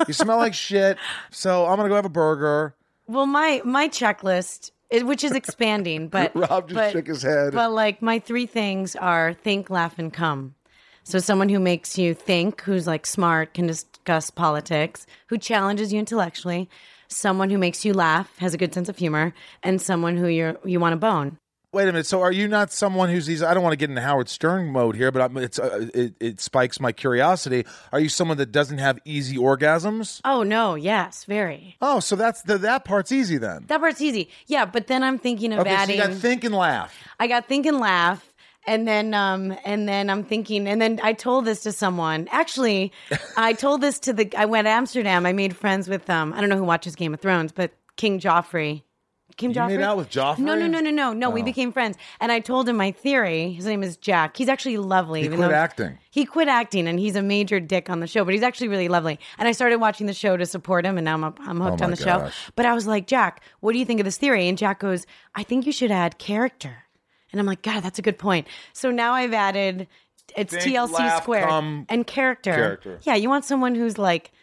Speaker 1: You smell like shit. So I'm gonna go have a burger.
Speaker 3: Well, my my checklist, it- which is expanding, but
Speaker 1: Rob just
Speaker 3: but-
Speaker 1: shook his head.
Speaker 3: But like my three things are think, laugh, and come. So someone who makes you think, who's like smart, can discuss politics, who challenges you intellectually, someone who makes you laugh, has a good sense of humor, and someone who you you want to bone.
Speaker 1: Wait a minute. So are you not someone who's these? I don't want to get into Howard Stern mode here, but I'm, it's uh, it, it spikes my curiosity. Are you someone that doesn't have easy orgasms?
Speaker 3: Oh no, yes, very.
Speaker 1: Oh, so that's the, that part's easy then.
Speaker 3: That part's easy. Yeah, but then I'm thinking of
Speaker 1: Okay, so
Speaker 3: adding.
Speaker 1: you got think and laugh.
Speaker 3: I got think and laugh. And then, um, and then I'm thinking, and then I told this to someone. Actually, I told this to the. I went to Amsterdam. I made friends with um. I don't know who watches Game of Thrones, but King Joffrey. King
Speaker 1: You
Speaker 3: Joffrey.
Speaker 1: made out with Joffrey? Oh.
Speaker 3: No, no, no, no, no, no. We became friends, and I told him my theory. His name is Jack. He's actually lovely.
Speaker 1: He
Speaker 3: even
Speaker 1: quit
Speaker 3: though-
Speaker 1: acting.
Speaker 3: He quit acting, and he's a major dick on the show, but he's actually really lovely. And I started watching the show to support him, and now I'm up, I'm hooked
Speaker 1: Oh my
Speaker 3: on the
Speaker 1: gosh.
Speaker 3: show. But I was like, Jack, what do you think of this theory? And Jack goes, I think you should add character. And I'm like, God, that's a good point. So now I've added it's
Speaker 1: Think,
Speaker 3: TLC
Speaker 1: laugh,
Speaker 3: squared
Speaker 1: come,
Speaker 3: and character.
Speaker 1: character.
Speaker 3: Yeah, you want someone who's like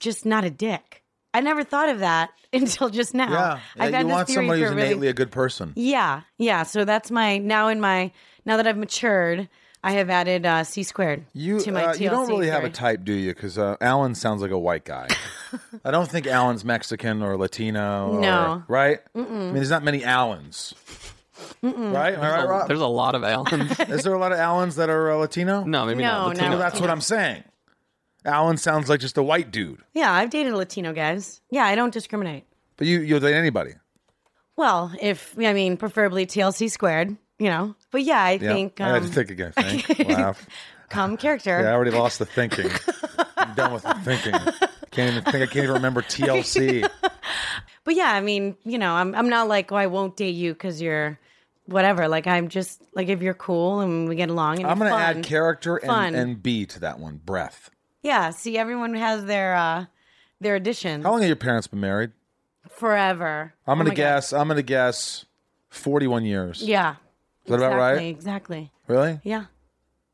Speaker 3: just not a dick. I never thought of that until just now.
Speaker 1: Yeah,
Speaker 3: Oh, I've
Speaker 1: Yeah,
Speaker 3: had
Speaker 1: you
Speaker 3: this
Speaker 1: want
Speaker 3: theory
Speaker 1: somebody
Speaker 3: for
Speaker 1: who's
Speaker 3: a really-
Speaker 1: innately a good person.
Speaker 3: yeah, yeah. So that's my now in my now that I've matured, I have added uh, C squared
Speaker 1: You
Speaker 3: to my
Speaker 1: uh,
Speaker 3: TLC.
Speaker 1: you don't really have a
Speaker 3: theory.
Speaker 1: type, do you? Because uh, Alan sounds like a white guy. I don't think Alan's Mexican or Latino. or-
Speaker 3: No.
Speaker 1: right? I mean, there's not many Alans. Right? Am I right, Rob?
Speaker 4: There's a lot of Alans.
Speaker 1: Is there a lot of Alans that are uh, Latino?
Speaker 4: No, maybe
Speaker 3: No,
Speaker 4: not.
Speaker 3: no.
Speaker 4: Latino.
Speaker 1: Well, that's what I'm saying. Alan sounds like just a white dude,
Speaker 3: yeah, I've dated Latino guys. Yeah, I don't discriminate.
Speaker 1: but you you'll date anybody.
Speaker 3: Well, if I mean, preferably TLC squared, you know. But yeah, I
Speaker 1: Yeah,
Speaker 3: think
Speaker 1: I had
Speaker 3: um,
Speaker 1: to think again. Think, laugh.
Speaker 3: come character.
Speaker 1: Yeah, I already lost the thinking. I'm done with thinking. Can't even think. I can't even remember TLC.
Speaker 3: But yeah, I mean, you know, I'm I'm not like, oh, I won't date you because you're whatever. Like I'm just like if you're cool and we get along and
Speaker 1: I'm
Speaker 3: you're
Speaker 1: going to
Speaker 3: fun.
Speaker 1: add character
Speaker 3: Fun.
Speaker 1: and, and B to that one. Breath.
Speaker 3: Yeah, see everyone has their uh their addition
Speaker 1: How long have your parents been married?
Speaker 3: forever.
Speaker 1: I'm going
Speaker 3: Oh
Speaker 1: to
Speaker 3: my God.
Speaker 1: guess. I'm going to guess 41 years.
Speaker 3: Yeah.
Speaker 1: Is that about
Speaker 3: exactly,
Speaker 1: right?
Speaker 3: Exactly.
Speaker 1: Really?
Speaker 3: Yeah.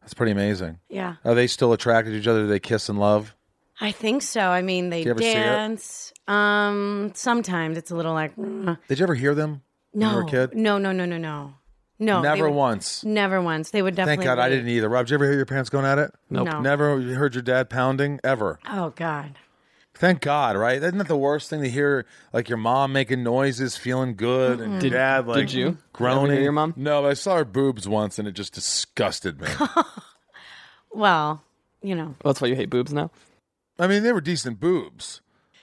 Speaker 1: That's pretty amazing.
Speaker 3: Yeah.
Speaker 1: Are they still attracted to each other? Do they kiss and love?
Speaker 3: I think so. I mean, they
Speaker 1: Do you ever see it?
Speaker 3: dance. Um, sometimes it's a little like mm,
Speaker 1: Did you ever hear them
Speaker 3: no,
Speaker 1: when you were a kid?
Speaker 3: no, no, no, no, no, no. they
Speaker 1: Never
Speaker 3: would-
Speaker 1: once.
Speaker 3: Never once. They would
Speaker 1: Thank
Speaker 3: definitely.
Speaker 1: God I
Speaker 3: wait.
Speaker 1: didn't either. Rob, did you ever hear your parents going at it?
Speaker 4: Nope.
Speaker 3: No.
Speaker 1: Never heard your dad pounding ever.
Speaker 3: Oh God.
Speaker 1: Thank God, right? Isn't that the worst thing to hear? Like your mom making noises, feeling good, and your dad like
Speaker 4: did you ever
Speaker 1: groaning.
Speaker 4: hear your mom?
Speaker 1: No, but I saw her boobs once, and it just disgusted me.
Speaker 3: Well, you know.
Speaker 4: Well, that's why you hate boobs now.
Speaker 1: I mean, they were decent boobs,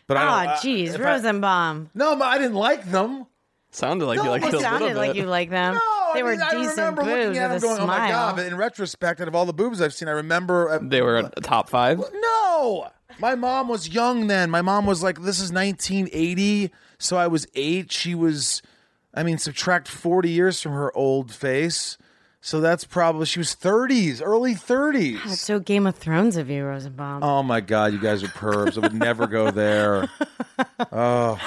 Speaker 1: but I
Speaker 3: Oh,
Speaker 1: don't. I,
Speaker 3: jeez,
Speaker 1: if I-
Speaker 3: Rosenbaum.
Speaker 1: no, I didn't like them.
Speaker 4: Sounded like
Speaker 1: No,
Speaker 4: you liked
Speaker 1: it
Speaker 4: it a little
Speaker 3: Sounded
Speaker 4: bit.
Speaker 3: like you like them.
Speaker 1: No,
Speaker 3: they
Speaker 1: I
Speaker 3: were
Speaker 1: mean, I
Speaker 3: decent
Speaker 1: remember
Speaker 3: boobs
Speaker 1: looking at them
Speaker 3: with a
Speaker 1: going, "Oh my
Speaker 3: smile.
Speaker 1: god!" But in retrospect, out of all the boobs I've seen, I remember. uh, I-
Speaker 4: they were a top five.
Speaker 1: No, my mom was young then. My mom was like, "This is 1980," so I was eight. She was, I mean, subtract 40 years from her old face, so that's probably she was 30s, early 30s.
Speaker 3: That's so Game of Thrones of you, Rosenbaum.
Speaker 1: Oh my God, you guys are pervs. I would never go there. Oh.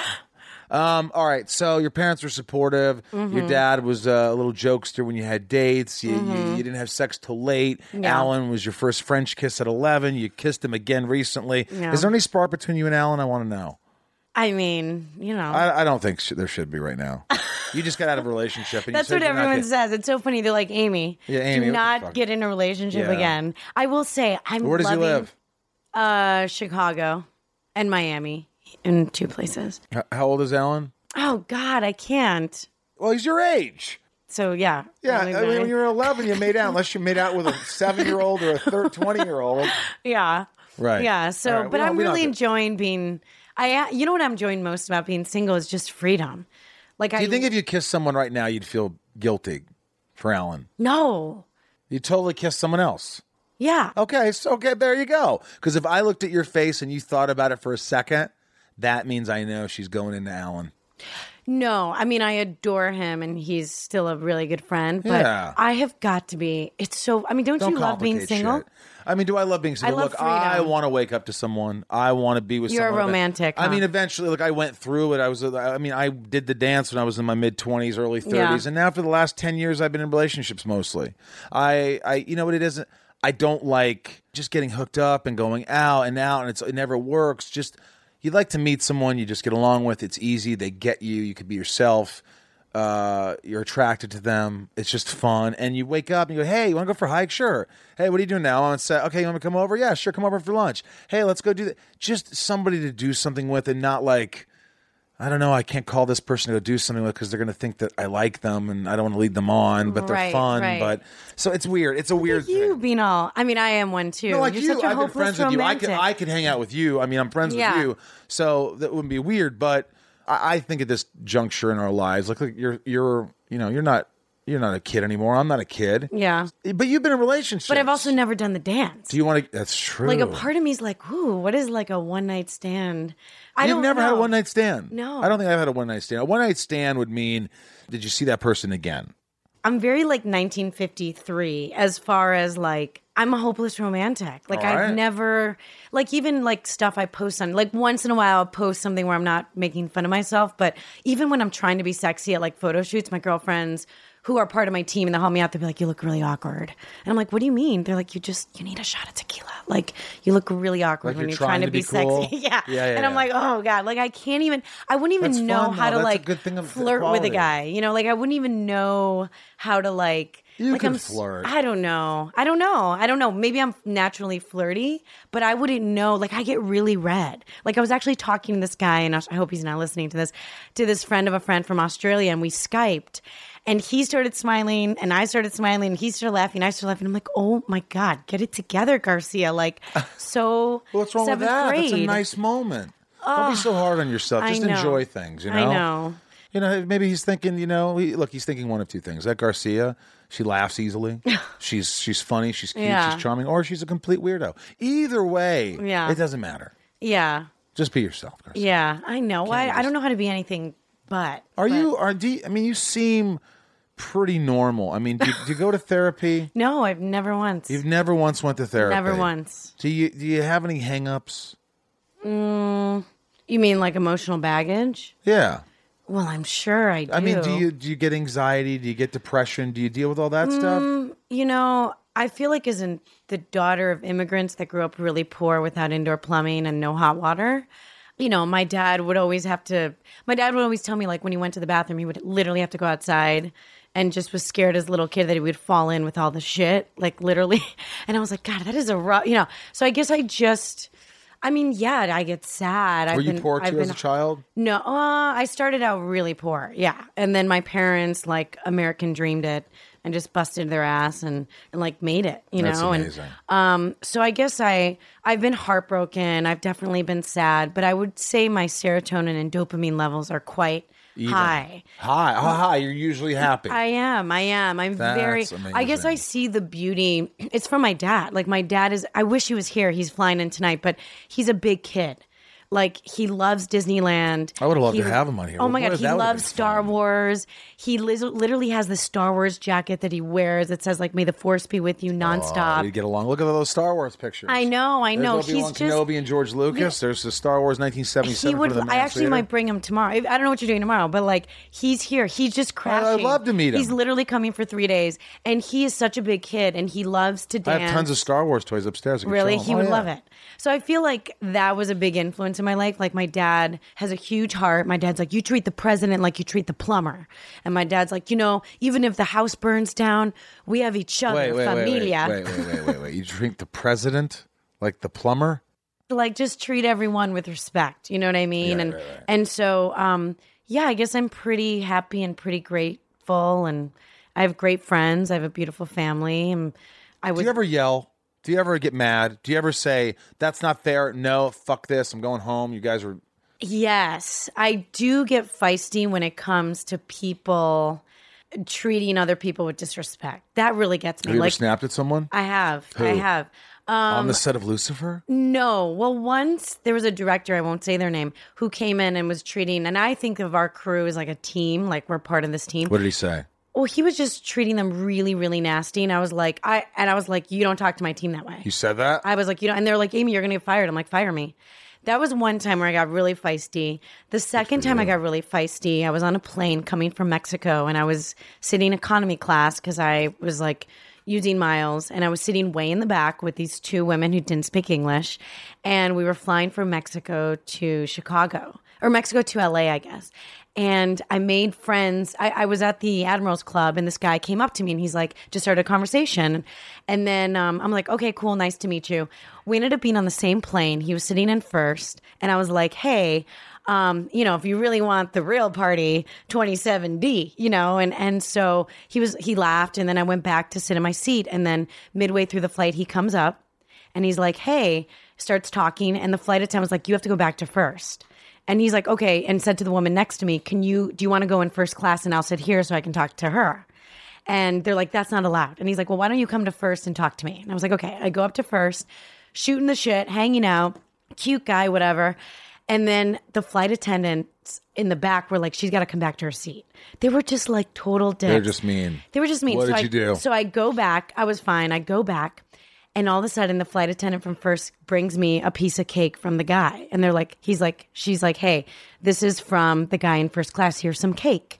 Speaker 1: Um, all right, so your parents were supportive.
Speaker 3: Mm-hmm.
Speaker 1: Your dad was uh, a little jokester when you had dates. You,
Speaker 3: Mm-hmm.
Speaker 1: you, you didn't have sex till late. Alan was your first French kiss at 11. You kissed him again recently.
Speaker 3: Yeah.
Speaker 1: Is there any spark between you and Alan? I want to know.
Speaker 3: I mean, you know.
Speaker 1: I, I don't think sh- there should be right now. You just got out of a relationship. And
Speaker 3: That's
Speaker 1: you
Speaker 3: what
Speaker 1: said you're not
Speaker 3: everyone
Speaker 1: gay.
Speaker 3: says. It's so funny. They're like, Amy,
Speaker 1: Yeah, Amy, what
Speaker 3: do
Speaker 1: the
Speaker 3: not
Speaker 1: fuck?
Speaker 3: get in a relationship
Speaker 1: Yeah.
Speaker 3: again. I will say, I'm
Speaker 1: Where does
Speaker 3: loving,
Speaker 1: he live?
Speaker 3: Uh, Chicago and Miami in two places.
Speaker 1: H- How old is Alan?
Speaker 3: Oh, God, I can't.
Speaker 1: Well, he's your age.
Speaker 3: So, yeah.
Speaker 1: Yeah,
Speaker 3: really
Speaker 1: I mean,
Speaker 3: bad.
Speaker 1: when you were 11, you made out, unless you made out with a seven year old or a 20 year old.
Speaker 3: yeah.
Speaker 1: Right.
Speaker 3: Yeah. So,
Speaker 1: All right, we
Speaker 3: but
Speaker 1: don't-
Speaker 3: I'm
Speaker 1: we don't
Speaker 3: really
Speaker 1: have to-
Speaker 3: enjoying being, I, you know what I'm enjoying most about being single is just freedom. Like, I
Speaker 1: Do you think if you kissed someone right now, you'd feel guilty for Alan?
Speaker 3: no.
Speaker 1: You totally kissed someone else.
Speaker 3: Yeah.
Speaker 1: Okay, so okay, there you go. Because if I looked at your face and you thought about it for a second, that means I know she's going into Alan.
Speaker 3: No, I mean I adore him, and he's still a really good friend. But
Speaker 1: Yeah.
Speaker 3: I have got to be. It's so. I mean, don't,
Speaker 1: Don't
Speaker 3: you love being
Speaker 1: complicate
Speaker 3: single?
Speaker 1: shit. I mean, do I love being single?
Speaker 3: love
Speaker 1: look, I
Speaker 3: freedom.
Speaker 1: want to wake up to someone. I want to be with
Speaker 3: You're a
Speaker 1: someone.
Speaker 3: romantic,
Speaker 1: I
Speaker 3: huh?
Speaker 1: mean, eventually, look, I went through it. I was, I mean, I did the dance when I was in my mid 20s, early 30s.
Speaker 3: Yeah.
Speaker 1: And now for the last 10 years, I've been in relationships mostly. I, I, you know what it isn't? I don't like just getting hooked up and going out and out and it's, it never works. Just, you'd like to meet someone you just get along with. It's easy. They get you. You could be yourself uh, you're attracted to them. It's just fun. And you wake up and you go, hey, you want to go for a hike? Sure. Hey, what are you doing now? I'm on set. Okay, you want me to come over? Yeah, sure. Come over for lunch. Hey, let's go do that. Just somebody to do something with and not like, I don't know, I can't call this person to go do something with because they're going to think that I like them and I don't want to lead them on, but they're
Speaker 3: Right,
Speaker 1: fun.
Speaker 3: right.
Speaker 1: But so it's weird. It's a weird
Speaker 3: You
Speaker 1: thing.
Speaker 3: being all. I mean, I am one too.
Speaker 1: No, like
Speaker 3: You're
Speaker 1: you,
Speaker 3: such a
Speaker 1: I've been
Speaker 3: hopeless
Speaker 1: friends with you. I
Speaker 3: romantic.
Speaker 1: could, I could hang out with you. I mean, I'm friends
Speaker 3: Yeah.
Speaker 1: with you, so that wouldn't be weird. But I, I think at this juncture in our lives, like, look, you're, you're, you know, you're not, you're not a kid anymore. I'm not a kid.
Speaker 3: yeah,
Speaker 1: But you've been in relationships.
Speaker 3: but I've also never done the dance.
Speaker 1: Do you want to? That's true.
Speaker 3: like a part of me's like, ooh, what is like a one night stand? I
Speaker 1: You've
Speaker 3: don't
Speaker 1: never had a
Speaker 3: know.
Speaker 1: one night stand.
Speaker 3: No.
Speaker 1: I don't think I've had a one night stand. A one night stand would mean, did you see that person again?
Speaker 3: I'm very like 1953 as far as like I'm a hopeless romantic. Like
Speaker 1: All right.
Speaker 3: I've never like even like stuff I post on like once in a while I'll post something where I'm not making fun of myself, but even when I'm trying to be sexy at like photo shoots, my girlfriends who are part of my team and they'll help me out, they'll be like, You look really awkward. And I'm like, What do you mean? They're like, You just you need a shot of tequila. Like you look really awkward
Speaker 1: Like
Speaker 3: when
Speaker 1: you're
Speaker 3: you're trying, to, be,
Speaker 1: cool.
Speaker 3: sexy. yeah.
Speaker 1: Yeah, yeah,
Speaker 3: And I'm
Speaker 1: yeah.
Speaker 3: like, Oh God, like I can't even I wouldn't even
Speaker 1: That's
Speaker 3: know
Speaker 1: fun,
Speaker 3: how
Speaker 1: though. That's a
Speaker 3: to like
Speaker 1: good thing of-
Speaker 3: flirt with a
Speaker 1: quality.
Speaker 3: guy. You know, like I wouldn't even know how to like.
Speaker 1: You
Speaker 3: like
Speaker 1: can
Speaker 3: I'm, s-
Speaker 1: flirt.
Speaker 3: I don't know. I don't know. I don't know. Maybe I'm naturally flirty, but I wouldn't know. Like I get really red. Like I was actually talking to this guy, and I I hope he's not listening to this. To this friend of a friend from Australia, and we skyped, and he started smiling, and I started smiling, and he started laughing, and I started laughing. I'm like, oh my god, get it together, Garcia. Like so.
Speaker 1: What's wrong with
Speaker 3: seventh
Speaker 1: that? That's a
Speaker 3: grade.
Speaker 1: nice moment. Don't be so hard on yourself.
Speaker 3: I
Speaker 1: Just
Speaker 3: know.
Speaker 1: enjoy things. You know.
Speaker 3: I know.
Speaker 1: you know, maybe he's thinking, you know, he, look, he's thinking one of two things. That Garcia, she laughs easily. she's she's funny. She's cute.
Speaker 3: Yeah.
Speaker 1: She's charming. Or she's a complete weirdo. Either way,
Speaker 3: Yeah.
Speaker 1: it doesn't matter.
Speaker 3: Yeah.
Speaker 1: Just be yourself, Garcia.
Speaker 3: Yeah. I know. I, I don't know how to be anything but.
Speaker 1: Are you? Are do you, I mean, you seem pretty normal. I mean, do, you- do you go to therapy?
Speaker 3: No, I've never once.
Speaker 1: You've never once went to therapy.
Speaker 3: never once.
Speaker 1: Do you? Do you have any hang-ups?
Speaker 3: You mean like emotional baggage?
Speaker 1: Yeah.
Speaker 3: Well, I'm sure I do.
Speaker 1: I mean, do you do you get anxiety? Do you get depression? Do you deal with all that
Speaker 3: Mm,
Speaker 1: stuff?
Speaker 3: You know, I feel like as an, the daughter of immigrants that grew up really poor without indoor plumbing and no hot water, you know, my dad would always have to. My dad would always tell me like when he went to the bathroom, he would literally have to go outside, and just was scared as a little kid that he would fall in with all the shit, like literally. And I was like, God, that is a rough, you know. So I guess I just. I mean, yeah, I get sad.
Speaker 1: Were
Speaker 3: I've
Speaker 1: you
Speaker 3: been,
Speaker 1: poor too
Speaker 3: I've
Speaker 1: as
Speaker 3: been
Speaker 1: a child?
Speaker 3: no, uh, I started out really poor. Yeah. And then my parents, like, American dreamed it and just busted their ass and, and like, made it, you
Speaker 1: That's
Speaker 3: know?
Speaker 1: amazing.
Speaker 3: And um, so I guess I, I've been heartbroken. I've definitely been sad, but I would say my serotonin and dopamine levels are quite high.
Speaker 1: hi, hi, hi. You're usually happy.
Speaker 3: I am. I am. I'm very.
Speaker 1: That's
Speaker 3: I guess
Speaker 1: amazing.
Speaker 3: I see the beauty. It's from my dad. Like my dad is. I wish he was here. He's flying in tonight, but he's a big kid. Like he loves Disneyland.
Speaker 1: I would've loved
Speaker 3: He-
Speaker 1: to have him on here.
Speaker 3: Oh my
Speaker 1: What-
Speaker 3: god, he
Speaker 1: that would've
Speaker 3: loves
Speaker 1: been
Speaker 3: Star
Speaker 1: fun.
Speaker 3: Wars. He lis- literally has the Star Wars jacket that he wears that says like "May the Force be with you" nonstop.
Speaker 1: we get along. Look at all those Star Wars pictures.
Speaker 3: I know, I
Speaker 1: There's
Speaker 3: know.
Speaker 1: Obi-Wan
Speaker 3: He's just-
Speaker 1: Kenobi and George Lucas. There's the Star Wars 1977.
Speaker 3: he would.
Speaker 1: for the
Speaker 3: I actually
Speaker 1: Theater.
Speaker 3: might bring him tomorrow. I I don't know what you're doing tomorrow, but like he's here. He's just crashing.
Speaker 1: love to meet him.
Speaker 3: He's literally coming for three days, and he is such a big kid, and he loves to
Speaker 1: I
Speaker 3: dance.
Speaker 1: have tons of Star Wars toys upstairs. I can
Speaker 3: Really,
Speaker 1: show 'em.
Speaker 3: he
Speaker 1: Oh,
Speaker 3: would
Speaker 1: yeah.
Speaker 3: love it. So I feel like that was a big influence in my life. Like my dad has a huge heart. My dad's like, you treat the president like you treat the plumber, and my dad's like, you know, even if the house burns down, we have each other,
Speaker 1: Wait, wait, wait, wait,
Speaker 3: familia.
Speaker 1: wait, wait, wait, wait, wait. You drink the president like the plumber?
Speaker 3: like just treat everyone with respect. You know what I mean? and and so um yeah, I guess I'm pretty happy and pretty grateful and I have great friends. I have a beautiful family. And I
Speaker 1: Do
Speaker 3: would
Speaker 1: you ever yell? Do you ever get mad? Do you ever say that's not fair? No, fuck this. I'm going home. You guys are
Speaker 3: Yes, I do get feisty when it comes to people treating other people with disrespect. That really gets me.
Speaker 1: Have you
Speaker 3: like
Speaker 1: ever snapped at someone
Speaker 3: I have. I
Speaker 1: Who?
Speaker 3: have. Um,
Speaker 1: on the set of Lucifer?
Speaker 3: No. Well, once there was a director, I won't say their name, who came in and was treating, and I think of our crew as like a team, like we're part of this team.
Speaker 1: What did he say?
Speaker 3: Well, he was just treating them really, really nasty, and I was like, I and I was like, you don't talk to my team that way.
Speaker 1: You said that?
Speaker 3: I was like, you know, and they're like, Amy, you're gonna get fired. I'm like, fire me. That was one time where I got really feisty. The second time I got really feisty, I was on a plane coming from Mexico and I was sitting economy class because I was like using miles and I was sitting way in the back with these two women who didn't speak English. And we were flying from Mexico to Chicago or Mexico to LA, I guess. And I made friends. I, I was at the Admirals Club, and this guy came up to me and he's like, just started a conversation. And then um, I'm like, okay, cool, nice to meet you. We ended up being on the same plane. He was sitting in first, and I was like, hey, um, you know, if you really want the real party, 27D, you know, and and so he was he laughed, and then I went back to sit in my seat, and then midway through the flight, he comes up and he's like, hey, starts talking. And the flight attendant was like, you have to go back to first. And he's like, okay. And said to the woman next to me, can you, do you want to go in first class? And I'll sit here so I can talk to her. And they're like, that's not allowed. And he's like, well, why don't you come to first and talk to me? And I was like, okay. I go up to first, shooting the shit, hanging out, cute guy, whatever. And then the flight attendants in the back were like, she's got to come back to her seat. They were just like total dicks.
Speaker 1: They're just mean.
Speaker 3: They were just mean.
Speaker 1: What
Speaker 3: so
Speaker 1: did
Speaker 3: I,
Speaker 1: you do?
Speaker 3: So I go back. I was fine. I go back, and all of a sudden, the flight attendant from first brings me a piece of cake from the guy, and they're like, he's like, she's like, hey, this is from the guy in first class. Here's some cake,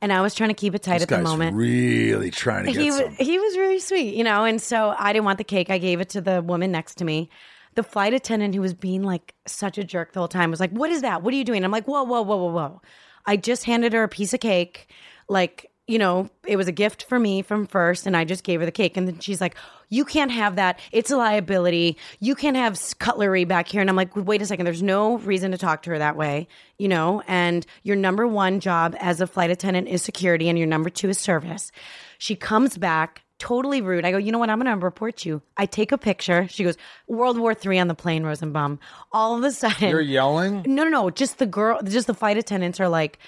Speaker 3: and I was trying to keep it tight
Speaker 1: This
Speaker 3: at the
Speaker 1: guy's
Speaker 3: moment.
Speaker 1: really trying to get
Speaker 3: he was
Speaker 1: some.
Speaker 3: he was really sweet, you know, and so I didn't want the cake. I gave it to the woman next to me. The flight attendant who was being like such a jerk the whole time was like, "What is that? What are you doing?" I'm like, "Whoa, whoa, whoa, whoa, whoa!" I just handed her a piece of cake, like you know, it was a gift for me from first, and I just gave her the cake. And then she's like, "You can't have that. It's a liability. You can't have s- cutlery back here." And I'm like, "Wait a second. There's no reason to talk to her that way, you know. And your number one job as a flight attendant is security, and your number two is service." She comes back totally rude. I go, you know what? I'm going to report you. I take a picture. She goes, World War Three on the plane, Rosenbaum. All of a sudden,
Speaker 1: You're yelling?
Speaker 3: no, no, no. Just the girl, just the flight attendants are like,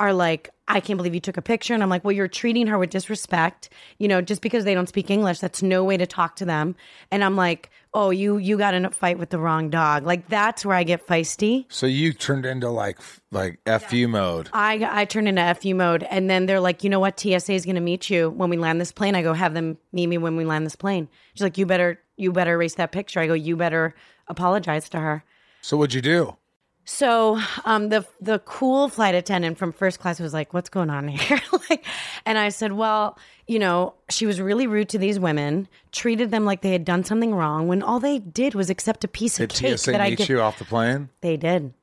Speaker 3: are like, I can't believe you took a picture. And I'm like, well, you're treating her with disrespect. You know, just because they don't speak English, that's no way to talk to them. And I'm like, oh, you you got in a fight with the wrong dog. Like that's where I get feisty.
Speaker 1: So you turned into like f- like fu mode.
Speaker 3: I I turn into FU mode, and then they're like, you know what? TSA is going to meet you when we land this plane. I go, have them meet me when we land this plane. She's like, you better you better erase that picture. I go, you better apologize to her.
Speaker 1: So what'd you do?
Speaker 3: So um, the the cool flight attendant from first class was like, "What's going on here?" like, and I said, "Well, you know, she was really rude to these women, treated them like they had done something wrong when all they did was accept a piece of
Speaker 1: Did
Speaker 3: cake
Speaker 1: TSA
Speaker 3: that I
Speaker 1: meet
Speaker 3: give-
Speaker 1: you off the plane?
Speaker 3: They did.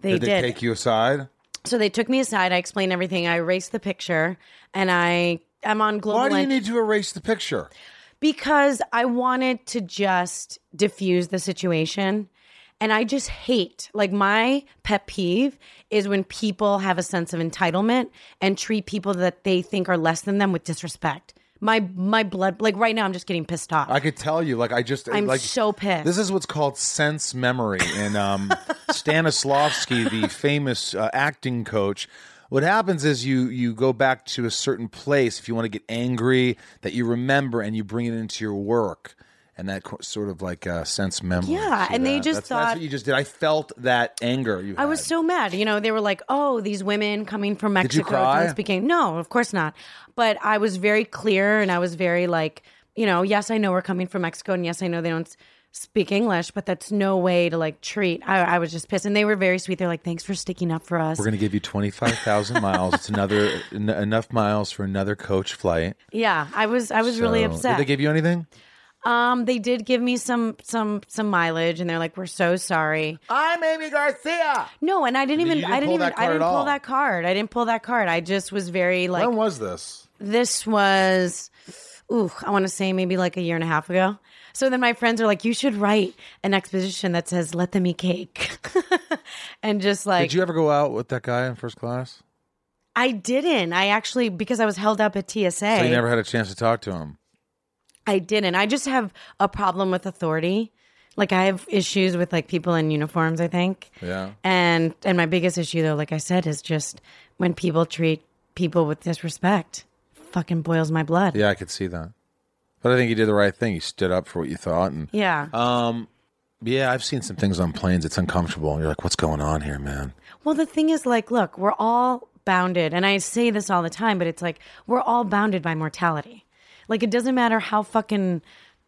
Speaker 3: They
Speaker 1: Did
Speaker 3: did.
Speaker 1: they take you aside?
Speaker 3: So they took me aside. I explained everything. I erased the picture, and I am on global.
Speaker 1: Why do you
Speaker 3: Ent-
Speaker 1: need to erase the picture?
Speaker 3: because I wanted to just diffuse the situation. And I just hate, like, my pet peeve is when people have a sense of entitlement and treat people that they think are less than them with disrespect. My my blood, like, right now, I'm just getting pissed off.
Speaker 1: I could tell you, like I just
Speaker 3: I'm
Speaker 1: like,
Speaker 3: so pissed.
Speaker 1: This is what's called sense memory, and um, Stanislavski, the famous uh, acting coach. What happens is you you go back to a certain place if you want to get angry that you remember, and you bring it into your work, and that co- sort of like uh, sense memory.
Speaker 3: Yeah,
Speaker 1: See
Speaker 3: and they
Speaker 1: that?
Speaker 3: just
Speaker 1: that's, that's
Speaker 3: thought-
Speaker 1: what you just did. I felt that anger. You
Speaker 3: I was so mad. You know, they were like, "Oh, these women coming from
Speaker 1: you
Speaker 3: Mexico
Speaker 1: cry?
Speaker 3: don't speak Eng-" No, of course not. But I was very clear, and I was very like, you know, yes, I know we're coming from Mexico, and yes, I know they don't s- speak English, but that's no way to like treat. I, I was just pissed, and they were very sweet. They're like, "Thanks for sticking up for us."
Speaker 1: We're gonna give you twenty five thousand miles. It's another en- enough miles for another coach flight.
Speaker 3: yeah, I was, I was really
Speaker 1: So-
Speaker 3: upset.
Speaker 1: Did they give you anything?
Speaker 3: um, they did give me some, some, some mileage, and they're like, "We're so sorry."
Speaker 1: I'm Amy Garcia.
Speaker 3: No, and I didn't
Speaker 1: You
Speaker 3: even,
Speaker 1: didn't
Speaker 3: I didn't
Speaker 1: pull
Speaker 3: even,
Speaker 1: that
Speaker 3: I
Speaker 1: card
Speaker 3: didn't
Speaker 1: at
Speaker 3: pull
Speaker 1: all.
Speaker 3: that card. I didn't pull that card. I just was very like.
Speaker 1: When was this?
Speaker 3: this was ooh i want to say maybe like a year and a half ago so then my friends are like you should write an exposition that says let them eat cake and just like
Speaker 1: Did you ever go out with that guy in first class?
Speaker 3: i didn't i actually because i was held up at tsa
Speaker 1: So you never had a chance to talk to him.
Speaker 3: i didn't i just have a problem with authority like i have issues with like people in uniforms i think
Speaker 1: Yeah.
Speaker 3: and and my biggest issue though like i said is just when people treat people with disrespect fucking boils my blood
Speaker 1: Yeah, I could see that. But I think you did the right thing. You stood up for what you thought and
Speaker 3: yeah
Speaker 1: Yeah, I've seen some things on planes. It's uncomfortable. And you're like, what's going on here, man?
Speaker 3: Well, the thing is, like, look, we're all bounded, and I say this all the time, but it's like we're all bounded by mortality. Like, it doesn't matter how fucking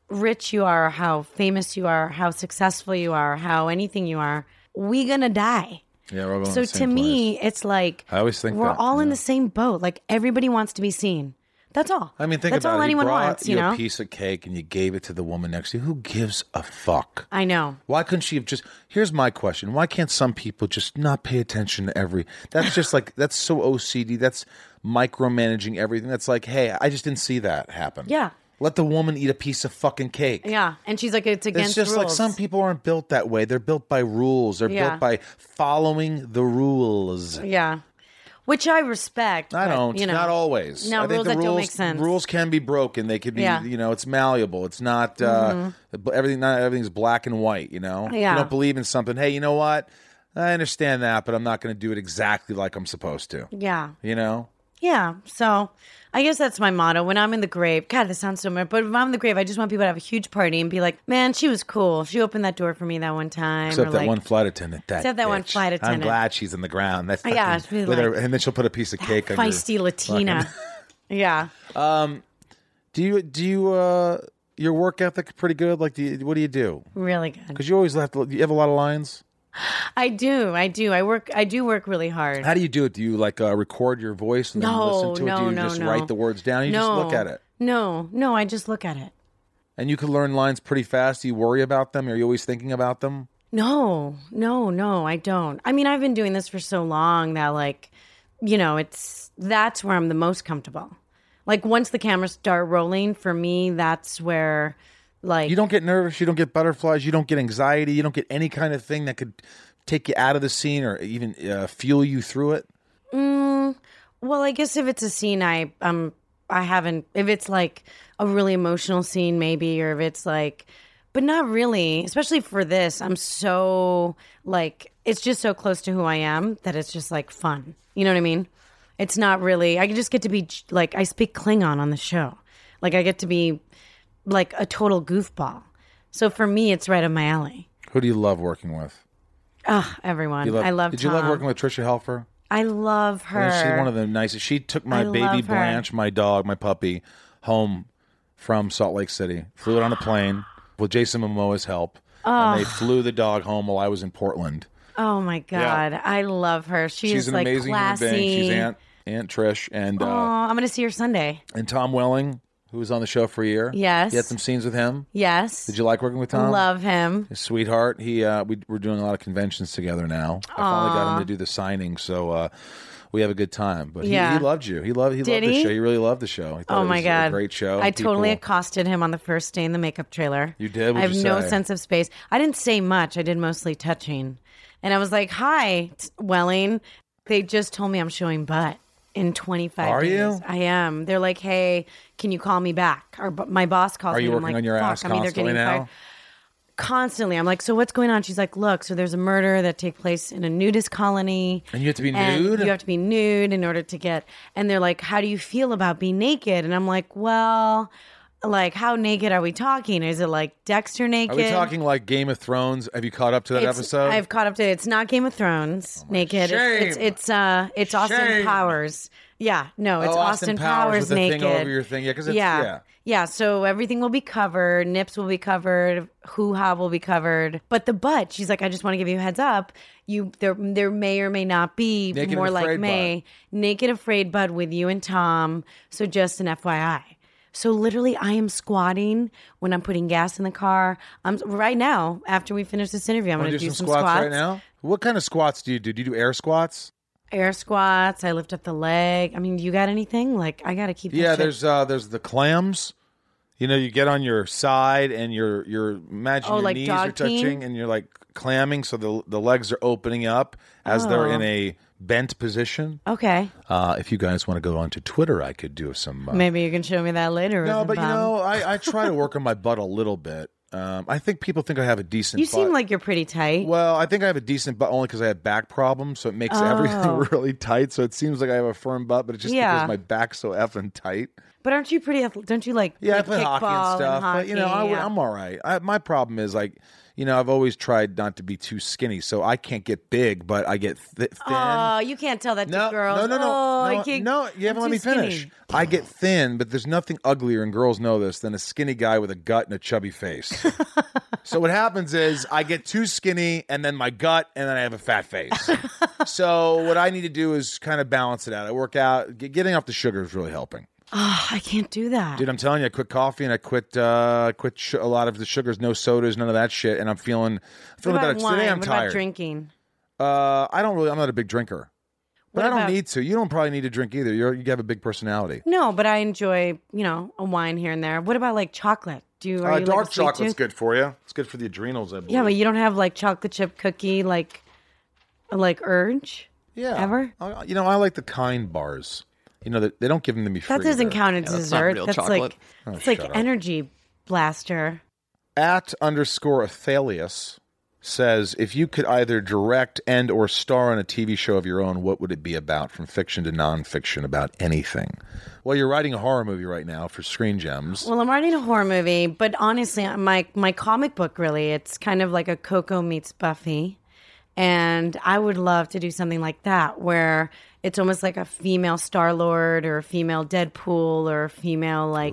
Speaker 3: rich you are, how famous you are, how successful you are, how anything you are, we gonna die.
Speaker 1: Yeah, we're all going
Speaker 3: So
Speaker 1: the
Speaker 3: to
Speaker 1: same place.
Speaker 3: me, it's like
Speaker 1: I always think
Speaker 3: we're
Speaker 1: that,
Speaker 3: all in
Speaker 1: yeah.
Speaker 3: the same boat. Like everybody wants to be seen. That's all.
Speaker 1: I mean, think
Speaker 3: that's
Speaker 1: about it.
Speaker 3: all
Speaker 1: He
Speaker 3: anyone
Speaker 1: brought
Speaker 3: wants, you know.
Speaker 1: a piece of cake and you gave it to the woman next to you. Who gives a fuck?
Speaker 3: I know.
Speaker 1: Why couldn't she have just? Here's my question: Why can't some people just not pay attention to every? That's just like that's so OCD. That's micromanaging everything. That's like, hey, I just didn't see that happen.
Speaker 3: Yeah.
Speaker 1: Let the woman eat a piece of fucking cake.
Speaker 3: Yeah, and she's like, it's against
Speaker 1: It's just like
Speaker 3: rules.
Speaker 1: some people aren't built that way. They're built by rules. They're
Speaker 3: Yeah.
Speaker 1: built by following the rules.
Speaker 3: Yeah, which I respect.
Speaker 1: I
Speaker 3: but,
Speaker 1: don't.
Speaker 3: You know,
Speaker 1: not always.
Speaker 3: No
Speaker 1: I think
Speaker 3: rules
Speaker 1: the
Speaker 3: that
Speaker 1: rules
Speaker 3: don't make sense.
Speaker 1: Rules can be broken. They could be.
Speaker 3: Yeah. Mm-hmm.
Speaker 1: You know, it's malleable. It's not uh, b- everything. Not everything's black and white. You know. If
Speaker 3: Yeah.
Speaker 1: You don't believe in something. Hey, you know what? I understand that, but I'm not going to do it exactly like I'm supposed to.
Speaker 3: Yeah.
Speaker 1: You know.
Speaker 3: Yeah. So I guess that's my motto. When I'm in the grave, God, this sounds so weird, but when I'm in the grave, I just want people to have a huge party and be like, man, she was cool. She opened that door for me that one time.
Speaker 1: Except
Speaker 3: or
Speaker 1: that
Speaker 3: like,
Speaker 1: one flight attendant. That
Speaker 3: Except that one
Speaker 1: bitch.
Speaker 3: flight
Speaker 1: I'm
Speaker 3: attendant. Oh,
Speaker 1: glad she's in the ground. That's
Speaker 3: Yeah,
Speaker 1: fucking-
Speaker 3: she'd be
Speaker 1: with her-
Speaker 3: like,
Speaker 1: and then she'll put a piece of cake on your
Speaker 3: feisty Latina. yeah.
Speaker 1: Do you do you uh your work ethic pretty good? Like, do you, what do you do?
Speaker 3: Really good.
Speaker 1: Because you always have to. You have a lot of lines.
Speaker 3: I do. I do. I work. I do work really hard.
Speaker 1: How do you do it? Do you like uh, record your voice and then
Speaker 3: no,
Speaker 1: listen to it? Do
Speaker 3: no,
Speaker 1: you
Speaker 3: no,
Speaker 1: just
Speaker 3: no.
Speaker 1: write the words down? You just
Speaker 3: No.
Speaker 1: look at it,
Speaker 3: No, no, I just look at it.
Speaker 1: and you can learn lines pretty fast. Do you worry about them? Are you always thinking about them?
Speaker 3: No, no, no, I don't. I mean, I've been doing this for so long that, like, you know, it's that's where I'm the most comfortable. Like, once the cameras start rolling, for me, that's where, like,
Speaker 1: You don't get nervous. You don't get butterflies. You don't get anxiety. You don't get any kind of thing that could take you out of the scene or even uh, fuel you through it.
Speaker 3: Well, I guess if it's a scene I um I haven't if it's like a really emotional scene maybe or if it's like but not really, especially for this. I'm so like it's just so close to who I am that it's just like fun. You know what I mean? It's not really. I just get to be like I speak Klingon on the show. Like I get to be like a total goofball. So for me, it's right up my alley.
Speaker 1: Who do you love working with?
Speaker 3: Ah, everyone.
Speaker 1: You love,
Speaker 3: I love.
Speaker 1: Did you love
Speaker 3: Tom.
Speaker 1: working with Trisha Helfer?
Speaker 3: I love her.
Speaker 1: And She's one of the nicest. She took my
Speaker 3: I
Speaker 1: baby
Speaker 3: love her.
Speaker 1: Blanche, my dog, my puppy, home from Salt Lake City. Flew it on a plane with Jason Momoa's help, and they flew the dog home while I was in Portland.
Speaker 3: oh my god, I love her. She
Speaker 1: She's
Speaker 3: is
Speaker 1: an
Speaker 3: like
Speaker 1: amazing
Speaker 3: classy.
Speaker 1: human being. She's Aunt Aunt Trish and
Speaker 3: Aw,
Speaker 1: uh,
Speaker 3: I'm gonna see her Sunday.
Speaker 1: and Tom Welling, who was on the show for a year.
Speaker 3: Yes.
Speaker 1: you had some scenes with him.
Speaker 3: Yes.
Speaker 1: Did you like um, working with Tom?
Speaker 3: love him?
Speaker 1: His sweetheart. He uh, we we're doing a lot of conventions together now. I finally got him to do the signing, so uh, we have a good time. But he,
Speaker 3: Yeah.
Speaker 1: he loved you. He loved he
Speaker 3: Did
Speaker 1: loved the
Speaker 3: he?
Speaker 1: show. He really loved the show. He thought
Speaker 3: Oh
Speaker 1: it
Speaker 3: my
Speaker 1: was
Speaker 3: god,
Speaker 1: a great show.
Speaker 3: I totally
Speaker 1: People-
Speaker 3: accosted him on the first day in the makeup trailer.
Speaker 1: You did? What'd
Speaker 3: I have
Speaker 1: you
Speaker 3: no
Speaker 1: say?
Speaker 3: sense of space. I didn't say much. I did mostly touching, and I was like, "Hi, t- Welling." They just told me I'm showing butt in 25
Speaker 1: Are
Speaker 3: days.
Speaker 1: you?
Speaker 3: I am. They're like, "Hey, can you call me back?" Or bu- my boss calls
Speaker 1: Are
Speaker 3: me.
Speaker 1: you
Speaker 3: and
Speaker 1: working
Speaker 3: I'm like,
Speaker 1: on your
Speaker 3: Fuck,
Speaker 1: ass
Speaker 3: I'm either
Speaker 1: constantly
Speaker 3: getting
Speaker 1: now?
Speaker 3: fired constantly. I'm like, so what's going on? She's like, look, so there's a murder that take place in a nudist colony,
Speaker 1: And you have to be
Speaker 3: and
Speaker 1: nude?
Speaker 3: You have to be nude in order to get. And they're like, how do you feel about being naked? And I'm like, well, like how naked are we talking? Is it like Dexter naked?
Speaker 1: Are we talking like Game of Thrones? Have you caught up to that
Speaker 3: It's-
Speaker 1: episode? Oh,
Speaker 3: I've caught up to it. It's not Game of Thrones naked. It's, it's
Speaker 1: Shame.
Speaker 3: it's uh it's Austin
Speaker 1: Shame.
Speaker 3: Powers. Yeah, no, it's
Speaker 1: Oh, Austin
Speaker 3: Austin,
Speaker 1: Powers with the thing
Speaker 3: naked.
Speaker 1: over your thing. Yeah, 'cause it's-
Speaker 3: yeah.
Speaker 1: yeah.
Speaker 3: Yeah, so everything will be covered. Nips will be covered. Hoo ha will be covered. But the butt, she's like, I just want to give you a heads up. You there, there may or may not be
Speaker 1: Naked and
Speaker 3: more like
Speaker 1: afraid
Speaker 3: May naked afraid bud with you and Tom. So just an FYI. So literally, I am squatting when I'm putting gas in the car. I'm right now after we finish this interview. I'm
Speaker 1: Wanna
Speaker 3: going to
Speaker 1: do, some, squats, right now. What kind of squats do you do? Do you do air squats?
Speaker 3: Air squats. I lift up the leg. I mean, you got anything? Like I got to keep. that
Speaker 1: Yeah,
Speaker 3: shit-
Speaker 1: there's uh, there's the clams. You know, you get on your side and your your imagine
Speaker 3: Oh,
Speaker 1: your
Speaker 3: like
Speaker 1: knees
Speaker 3: dog
Speaker 1: are touching
Speaker 3: peeing?
Speaker 1: and you're like clamming, so the the legs are opening up as they're
Speaker 3: Oh.
Speaker 1: in a bent position.
Speaker 3: okay.
Speaker 1: Uh, if you guys want to go onto Twitter, I could do some. Uh,
Speaker 3: Maybe you can show me that later.
Speaker 1: no, but you
Speaker 3: Rosenbaum.
Speaker 1: know, I, I try to work on my butt a little bit. Um, I think people think I have a decent.
Speaker 3: you seem
Speaker 1: butt.
Speaker 3: like you're pretty tight.
Speaker 1: Well, I think I have a decent butt only because I have back problems, so it makes everything
Speaker 3: Oh.
Speaker 1: really tight. So it seems like I have a firm butt, but it's just
Speaker 3: Yeah.
Speaker 1: because my back's so effing tight.
Speaker 3: But aren't you pretty? ath- Don't you like?
Speaker 1: Yeah, I
Speaker 3: like
Speaker 1: play hockey
Speaker 3: kickball
Speaker 1: and stuff, but you know, I,
Speaker 3: hockey?
Speaker 1: would- I'm all right. I, my problem is like, you know, I've always tried not to be too skinny, so I can't get big, but I get thi- thin.
Speaker 3: Oh, you can't tell that
Speaker 1: no,
Speaker 3: to girls.
Speaker 1: no, no, no,
Speaker 3: Oh, I
Speaker 1: no,
Speaker 3: can't-
Speaker 1: no, You
Speaker 3: I'm
Speaker 1: haven't let
Speaker 3: too
Speaker 1: me finish.
Speaker 3: skinny.
Speaker 1: I get thin, but there's nothing uglier, and girls know this, than a skinny guy with a gut and a chubby face. so what happens is I get too skinny, and then my gut, and then I have a fat face. so what I need to do is kind of balance it out. I work out. Get, getting off the sugar is really helping.
Speaker 3: Oh, I can't do that.
Speaker 1: Dude, I'm telling you, I quit coffee and I quit uh quit sh- a lot of the sugars, no sodas, none of that shit, and I'm feeling I'm
Speaker 3: what
Speaker 1: feeling
Speaker 3: about
Speaker 1: better
Speaker 3: wine?
Speaker 1: today. I'm
Speaker 3: what
Speaker 1: tired.
Speaker 3: about drinking?
Speaker 1: Uh, I don't really. I'm not a big drinker, but
Speaker 3: What
Speaker 1: I don't
Speaker 3: about-
Speaker 1: need to. You don't probably need to drink either. You're, you have a big personality.
Speaker 3: No, but I enjoy you know a wine here and there. What about like chocolate? Do you are
Speaker 1: Uh,
Speaker 3: you
Speaker 1: dark
Speaker 3: like a sweet
Speaker 1: chocolate's
Speaker 3: tooth?
Speaker 1: good for you. It's good for the adrenals, I believe.
Speaker 3: Yeah, but you don't have like chocolate chip cookie like like urge.
Speaker 1: yeah.
Speaker 3: ever?
Speaker 1: I- you know, I like the kind bars. You know, they, they don't give them to me free.
Speaker 3: That doesn't
Speaker 1: They're
Speaker 3: count as
Speaker 4: Yeah, that's not
Speaker 3: dessert.
Speaker 4: real
Speaker 3: That's
Speaker 4: chocolate.
Speaker 3: like it's
Speaker 1: Oh,
Speaker 3: like energy blaster.
Speaker 1: At underscore Athalius says, if you could either direct and or star on a TV show of your own, what would it be about? From fiction to nonfiction, about anything. Well, you're writing a horror movie right now for Screen Gems.
Speaker 3: Well, I'm writing a horror movie, but honestly, my my comic book really it's kind of like a Coco meets Buffy, and I would love to do something like that where it's almost like a female Star Lord or a female Deadpool or a female like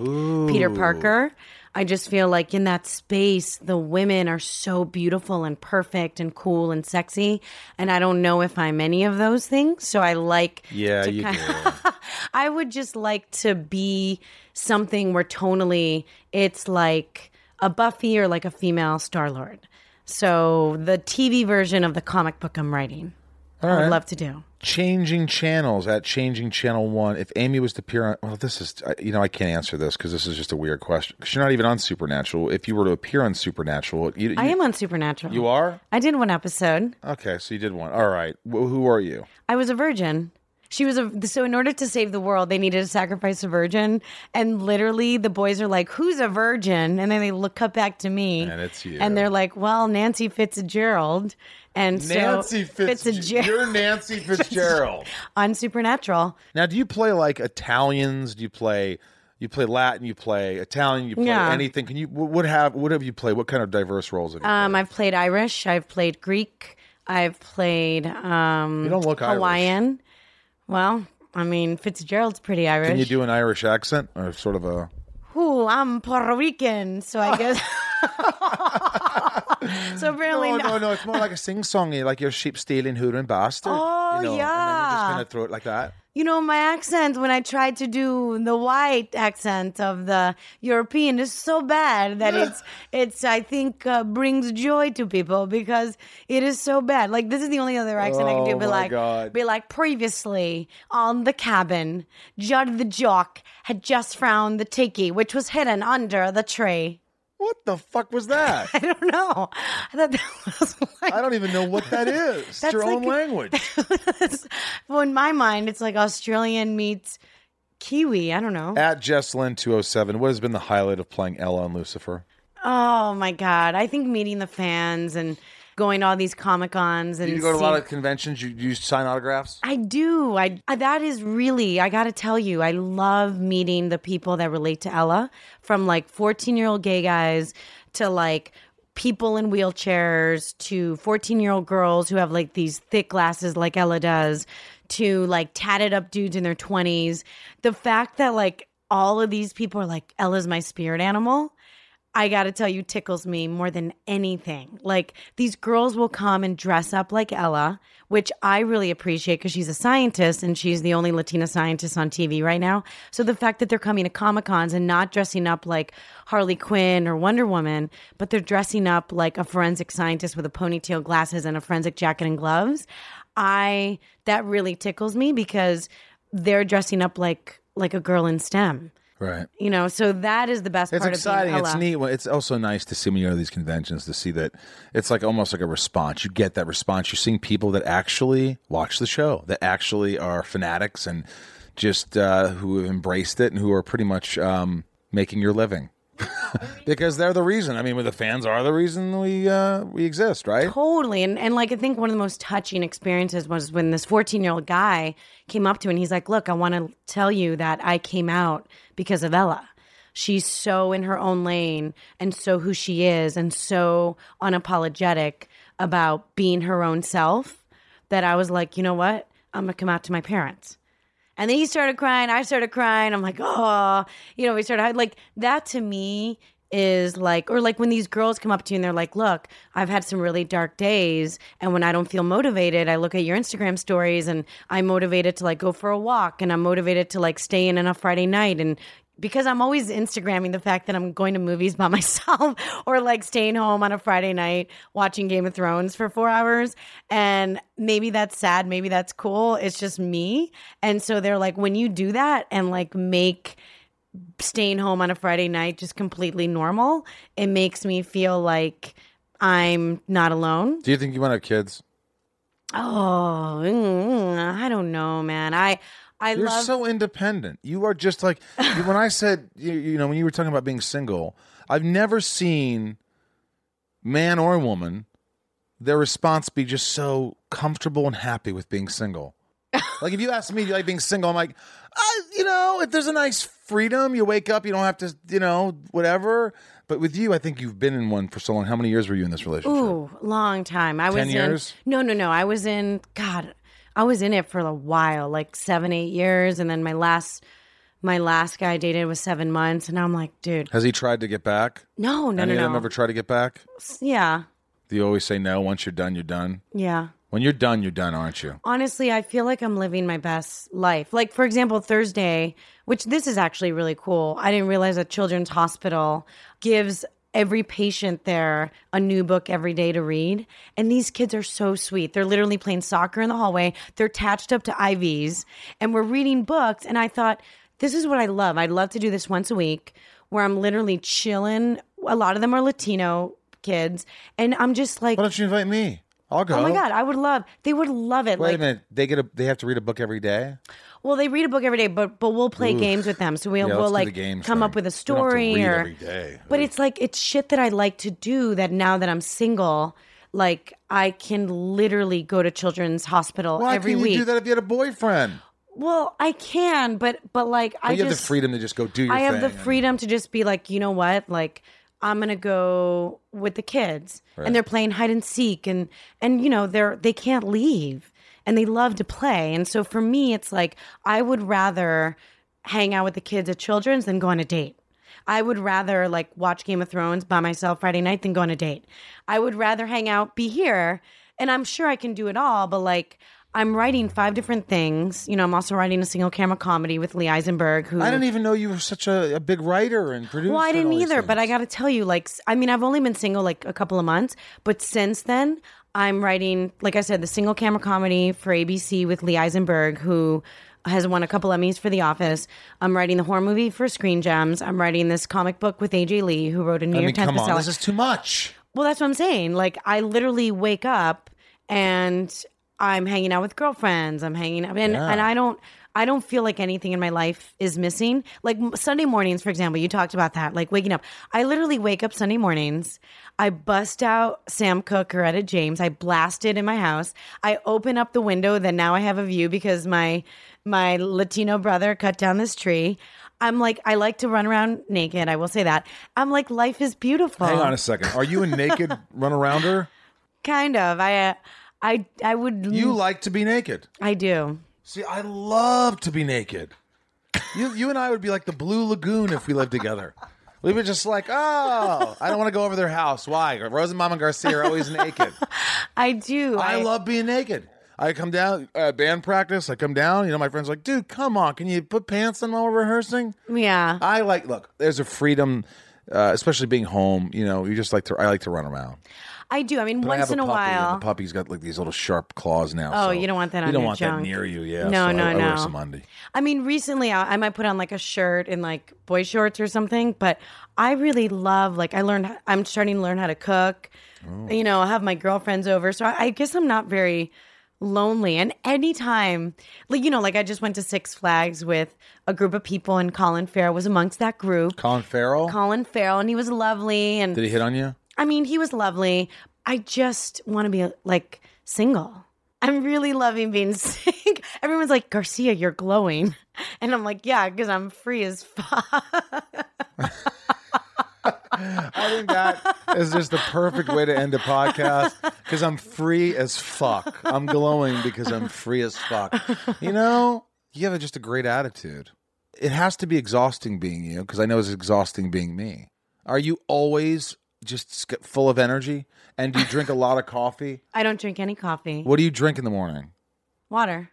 Speaker 3: Peter Parker. I just feel like in that space, the women are so beautiful and perfect and cool and sexy, and I don't know if I'm any of those things. So I like
Speaker 1: yeah,
Speaker 3: to
Speaker 1: you
Speaker 3: kind-
Speaker 1: do.
Speaker 3: I would just like to be something where tonally it's like a Buffy or like a female Star Lord. So the TV version of the comic book I'm writing, I would love to do.
Speaker 1: changing channels at changing channel one if amy was to appear on well this is I- you know i can't answer this because this is just a weird question 'Cause you're not even on supernatural if you were to appear on supernatural you, you,
Speaker 3: I am on Supernatural.
Speaker 1: you are
Speaker 3: I did one episode.
Speaker 1: okay so you did one all right Wh- who are you
Speaker 3: I was a virgin. She was a so in order to save the world, they needed to sacrifice a virgin, and literally the boys are like, "Who's a virgin?" And then they look cut back to me,
Speaker 1: And it's you.
Speaker 3: and they're like, "Well, Nancy Fitzgerald," and
Speaker 1: Nancy
Speaker 3: so
Speaker 1: Fitzgerald. You're Nancy Fitzgerald.
Speaker 3: on Supernatural.
Speaker 1: now, do you play like Italians? Do you play? You play Latin. You play Italian. You play
Speaker 3: Yeah.
Speaker 1: anything. Can you? What have? What have you played? What kind of diverse roles have you?
Speaker 3: Um, I've played Irish. I've played Greek. I've played um,
Speaker 1: You don't look Irish.
Speaker 3: Hawaiian. Well, I mean Fitzgerald's pretty Irish.
Speaker 1: Can you do an Irish accent or sort of a?
Speaker 3: Ooh, I'm Puerto Rican, so I guess. so apparently,
Speaker 1: No,
Speaker 3: no-
Speaker 1: no, no. It's more like a sing songy, like your sheep stealing, hooter and bastard.
Speaker 3: Oh,
Speaker 1: you know, And then you just
Speaker 3: yeah.
Speaker 1: kind of throw it like that.
Speaker 3: you know my accent when I tried to do the white accent of the European is so bad that it's it's I think uh, brings joy to people because it is so bad. Like this is the only other accent I can do.
Speaker 1: Oh,
Speaker 3: Be
Speaker 1: my
Speaker 3: like,
Speaker 1: God.
Speaker 3: be like previously on the cabin, Judd the jock had just found the tiki which was hidden under the tree.
Speaker 1: What the fuck was that?
Speaker 3: I don't know. I thought that was like
Speaker 1: I don't even know what that is. It's
Speaker 3: That's
Speaker 1: your own
Speaker 3: like-
Speaker 1: language. e-,
Speaker 3: well, in my mind, it's like Australian meets Kiwi. I don't know.
Speaker 1: At Jesslyn207, what has been the highlight of playing Ella on Lucifer?
Speaker 3: Oh my god! I think meeting the fans and going to all these comic cons and
Speaker 1: You go to a lot
Speaker 3: seeing-
Speaker 1: of conventions, you, you sign autographs.
Speaker 3: I do. I I- that is really I got to tell you. I love meeting the people that relate to Ella from like 14-year-old gay guys to like people in wheelchairs to 14-year-old girls who have like these thick glasses like Ella does to like tatted up dudes in their 20s. The fact that like all of these people are like Ella's my spirit animal. I gotta tell you, tickles me more than anything. Like these girls will come and dress up like Ella, which I really appreciate because she's a scientist and she's the only Latina scientist on TV right now. So the fact that they're coming to Comic Cons and not dressing up like Harley Quinn or Wonder Woman, but they're dressing up like a forensic scientist with a ponytail, glasses, and a forensic jacket and gloves, I that really tickles me because they're dressing up like like a girl in STEM.
Speaker 1: Right.
Speaker 3: You know, so that is the best
Speaker 1: It's
Speaker 3: part
Speaker 1: exciting.
Speaker 3: of being Ella.
Speaker 1: It's neat. When- It's also nice to see when you go to these conventions to see that it's like almost like a response. You get that response. You're seeing people that actually watch the show, that actually are fanatics and just uh, who have embraced it and who are pretty much um, making your living. because they're the reason. I mean, well, the fans are the reason we uh, we exist, right?
Speaker 3: Totally. And and like I think one of the most touching experiences was when this 14-year-old guy came up to me and he's like, "Look, I want to tell you that I came out because of Ella. She's so in her own lane and so who she is and so unapologetic about being her own self that I was like, "You know what? I'm going to come out to my parents." And then he started crying. I started crying. I'm like, oh, you know, we started like that to me is like, or like when these girls come up to you and they're like, look, I've had some really dark days. And when I don't feel motivated, I look at your Instagram stories and I'm motivated to like go for a walk and I'm motivated to like stay in on a Friday night. And because I'm always Instagramming the fact that I'm going to movies by myself or like staying home on a Friday night watching Game of Thrones for four hours. And maybe that's sad. Maybe that's cool. It's just me. And so they're like, when you do that and like make staying home on a Friday night just completely normal, it makes me feel like I'm not alone.
Speaker 1: Do you think you want to have kids?
Speaker 3: Oh, mm, I don't know, man. I, I
Speaker 1: You're
Speaker 3: love.
Speaker 1: so independent. You are just like you- when I said you, you know when you were talking about being single. I've never seen man or woman their response be just so comfortable and happy with being single. like if you ask me, do you like being single? I'm like, I, you know, if there's a nice freedom, you wake up, you don't have to, you know, whatever. But with you, I think you've been in one for so long. How many years were you in this relationship?
Speaker 3: Ooh, long time. I was
Speaker 1: 10 years?
Speaker 3: in No, no, no. I was in God. I was in it for a while, like 7 8 years and then my last my last guy I dated was 7 months and I'm like, dude,
Speaker 1: Has he tried to get back?
Speaker 3: no, no,
Speaker 1: Any of
Speaker 3: no,
Speaker 1: them
Speaker 3: no.
Speaker 1: ever try to get back?
Speaker 3: yeah.
Speaker 1: Do you always say no? Once you're done, you're done.
Speaker 3: Yeah.
Speaker 1: When you're done, you're done, aren't you?
Speaker 3: honestly, I feel like I'm living my best life. Like, for example, Thursday, which this is actually really cool. I didn't realize that Children's Hospital gives every patient there a new book every day to read. And these kids are so sweet. They're literally playing soccer in the hallway, they're attached up to IVs, and we're reading books. And I thought, this is what I love. I'd love to do this once a week where I'm literally chilling. A lot of them are Latino kids. And I'm just like,
Speaker 1: Why don't you invite me? I'll go.
Speaker 3: Oh my god, I would love. They would love it.
Speaker 1: Wait a
Speaker 3: like,
Speaker 1: minute. They get a. They have to read a book every day.
Speaker 3: well, they read a book every day, but but we'll play games with them. So we'll
Speaker 1: Yeah,
Speaker 3: we'll
Speaker 1: let's do the
Speaker 3: like come
Speaker 1: games thing.
Speaker 3: up with a
Speaker 1: We don't have to
Speaker 3: story
Speaker 1: read
Speaker 3: or
Speaker 1: every day.
Speaker 3: But it's like it's shit that I like to do. That now that I'm single, like I can literally go to Children's Hospital
Speaker 1: Why
Speaker 3: every
Speaker 1: can
Speaker 3: week.
Speaker 1: you do that if you had a boyfriend?
Speaker 3: Well, I can, but but like I
Speaker 1: But you
Speaker 3: just
Speaker 1: have the freedom to just go do your
Speaker 3: I have the
Speaker 1: thing.
Speaker 3: freedom to just be like, you know what, like I'm gonna go with the kids, and they're playing hide and seek, and and you know they're they can't leave, and they love to play, and so for me, it's like I would rather hang out with the kids at Children's than go on a date. I would rather like watch Game of Thrones by myself Friday night than go on a date. I would rather hang out, be here, and I'm sure I can do it all, but like. I'm writing five different things. You know, I'm also writing a single camera comedy with Lee Eisenberg, who
Speaker 1: I didn't even know you were such a, a big writer and producer.
Speaker 3: well, I
Speaker 1: and
Speaker 3: didn't
Speaker 1: all these
Speaker 3: either, but I
Speaker 1: things.
Speaker 3: got to tell you, like, s- I mean, I've only been single like a couple of months, but since then, I'm writing, like I said, the single camera comedy for ABC with Lee Eisenberg, who has won a couple Emmys for The Office. I'm writing the horror movie for Screen Gems. I'm writing this comic book with AJ Lee, who wrote a New
Speaker 1: I
Speaker 3: York
Speaker 1: mean,
Speaker 3: Times
Speaker 1: come on,
Speaker 3: bestseller.
Speaker 1: this is too much.
Speaker 3: Well, that's what I'm saying. Like, I literally wake up and I'm hanging out with girlfriends. I'm hanging out, and, and I don't, I don't feel like anything in my life is missing. Like m- Sunday mornings, for example, you talked about that. Like waking up, I literally wake up Sunday mornings. I bust out Sam Cooke or Etta James. I blast it in my house. I open up the window that now I have a view because my my Latino brother cut down this tree. I'm like, I like to run around naked. I will say that. I'm like, life is beautiful.
Speaker 1: Hang on a second. Are you a naked run arounder?
Speaker 3: Kind of. I uh, I I would
Speaker 1: You like to be naked.
Speaker 3: I do.
Speaker 1: See, I love to be naked. You, you and I would be like the Blue Lagoon if we lived together. We were just like, oh, I don't want to go over their house. Why? Rose and Mama Garcia are always naked.
Speaker 3: I do.
Speaker 1: I love being naked. I come down uh, band practice. I come down. You know, my friends like, dude, come on, can you put pants on while we're rehearsing?
Speaker 3: Yeah.
Speaker 1: I like look. There's a freedom, uh, especially being home. You know, you just like to. I like to run around.
Speaker 3: I do. I mean,
Speaker 1: But I
Speaker 3: once
Speaker 1: have
Speaker 3: in a,
Speaker 1: puppy, and
Speaker 3: while.
Speaker 1: The puppy's got like these little sharp claws now.
Speaker 3: Oh,
Speaker 1: so
Speaker 3: you don't want that
Speaker 1: You
Speaker 3: on
Speaker 1: don't
Speaker 3: your
Speaker 1: want that
Speaker 3: junk.
Speaker 1: near you. Yeah.
Speaker 3: No,
Speaker 1: so
Speaker 3: no,
Speaker 1: I, I
Speaker 3: no.
Speaker 1: wear some undie.
Speaker 3: I mean, recently I, I might put on like a shirt and like boy shorts or something, but I really love like I learned I'm starting to learn how to cook.
Speaker 1: Oh.
Speaker 3: You know, I have my girlfriends over, so I, I guess I'm not very lonely. And anytime, like you know, like I just went to Six Flags with a group of people, and Colin Farrell was amongst that group.
Speaker 1: Colin Farrell.
Speaker 3: Colin Farrell, and he was lovely, and
Speaker 1: Did he hit on you?
Speaker 3: I mean, he was lovely. I just want to be like single. I'm really loving being single. Everyone's like, Garcia, you're glowing. And I'm like, yeah, because I'm free as fuck.
Speaker 1: I think that is just the perfect way to end a podcast because I'm free as fuck. I'm glowing because I'm free as fuck. You know, you have just a great attitude. It has to be exhausting being you because I know it's exhausting being me. Are you always just sc- full of energy? And do you drink a lot of coffee?
Speaker 3: I don't drink any coffee.
Speaker 1: What do you drink in the morning?
Speaker 3: Water.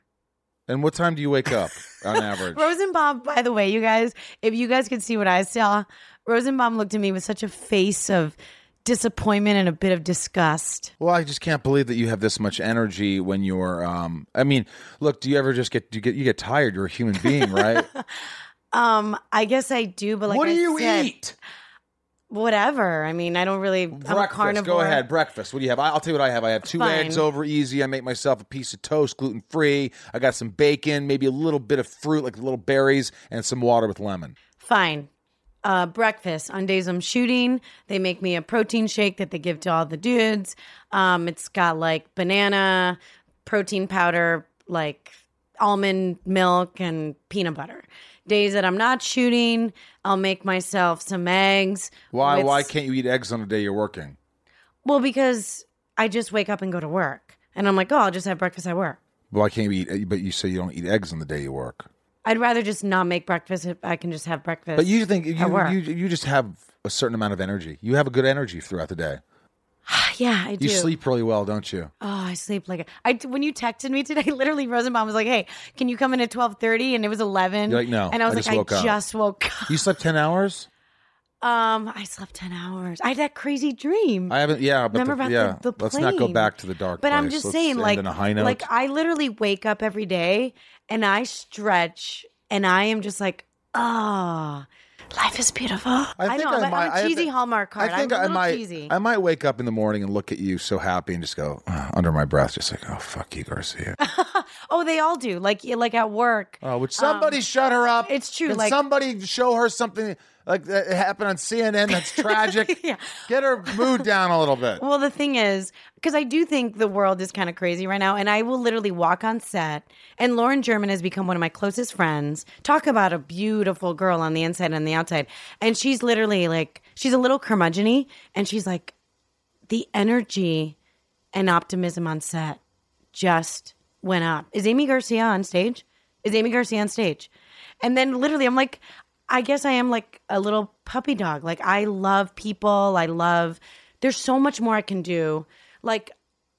Speaker 1: And what time do you wake up on average?
Speaker 3: Rosenbaum, by the way, you guys, if you guys could see what I saw, Rosenbaum looked at me with such a face of disappointment and a bit of disgust.
Speaker 1: Well, I just can't believe that you have this much energy when you're. Um, I mean, look, do you ever just get you get you get tired? You're a human being, right?
Speaker 3: Um, I guess I do, but like,
Speaker 1: what do
Speaker 3: I
Speaker 1: you
Speaker 3: said,
Speaker 1: eat?
Speaker 3: Whatever. I mean, I don't really. I'm a
Speaker 1: Breakfast.
Speaker 3: carnivore.
Speaker 1: Go ahead. Breakfast. What do you have? I- I'll tell you what I have. I have two
Speaker 3: Fine.
Speaker 1: eggs over easy. I make myself a piece of toast, gluten free. I got some bacon, maybe a little bit of fruit, like little berries, and some water with lemon.
Speaker 3: Fine. Uh, breakfast on days I'm shooting, they make me a protein shake that they give to all the dudes. Um, it's got like banana, protein powder, like almond milk, and peanut butter. Days that I'm not shooting, I'll make myself some eggs.
Speaker 1: Why?
Speaker 3: with-
Speaker 1: Why can't you eat eggs on the day you're working?
Speaker 3: Well, because I just wake up and go to work, and I'm like, oh, I'll just have breakfast at work.
Speaker 1: Why can't you eat? eh, But you say you don't eat eggs on the day you work.
Speaker 3: I'd rather just not make breakfast if I can just have breakfast.
Speaker 1: But you think you,
Speaker 3: at work.
Speaker 1: you you just have a certain amount of energy. You have a good energy throughout the day.
Speaker 3: yeah, I do.
Speaker 1: You sleep really well, don't you?
Speaker 3: Oh, I sleep like a, I when you texted me today, literally Rosenbaum was like, "Hey, can you come in at twelve 30? and it was eleven.
Speaker 1: You're like, "No,
Speaker 3: and I
Speaker 1: I
Speaker 3: was like,
Speaker 1: just woke
Speaker 3: "I
Speaker 1: up."
Speaker 3: just woke up."
Speaker 1: You slept ten hours.
Speaker 3: Um, I slept ten hours. I had that crazy dream.
Speaker 1: I haven't. Yeah, but
Speaker 3: Remember
Speaker 1: the-
Speaker 3: about
Speaker 1: yeah.
Speaker 3: the, the
Speaker 1: let's not go
Speaker 3: plane.
Speaker 1: back to the dark.
Speaker 3: But I'm
Speaker 1: place.
Speaker 3: just
Speaker 1: Let's
Speaker 3: saying,
Speaker 1: end
Speaker 3: like,
Speaker 1: on a high note.
Speaker 3: like I literally wake up every day and I stretch and I am just like, ah. Life is beautiful. I,
Speaker 1: think
Speaker 3: know. I'm, a- I'm
Speaker 1: might-
Speaker 3: a
Speaker 1: I
Speaker 3: cheesy
Speaker 1: thi-
Speaker 3: Hallmark card.
Speaker 1: I think
Speaker 3: am a
Speaker 1: I
Speaker 3: little
Speaker 1: might.
Speaker 3: cheesy.
Speaker 1: I might wake up in the morning and look at you so happy and just go uh, under my breath, just like, oh fuck you, Garcia.
Speaker 3: oh, they all do. Like like at work. Um,
Speaker 1: Oh, would somebody shut her up?
Speaker 3: it's true,
Speaker 1: Can
Speaker 3: like-
Speaker 1: somebody show her something like that happened on CNN? That's tragic.
Speaker 3: Yeah.
Speaker 1: Get her mood down a little bit.
Speaker 3: Well, the thing is, because I do think the world is kind of crazy right now, and I will literally walk on set, and Lauren German has become one of my closest friends. Talk about a beautiful girl on the inside and the outside, and she's literally like, she's a little curmudgeon and she's like, the energy and optimism on set just went up. Is Amy Garcia on stage? Is Amy Garcia on stage? And then literally, I'm like, I guess I am like a little puppy dog. Like, I love people. I love, there's so much more I can do. Like,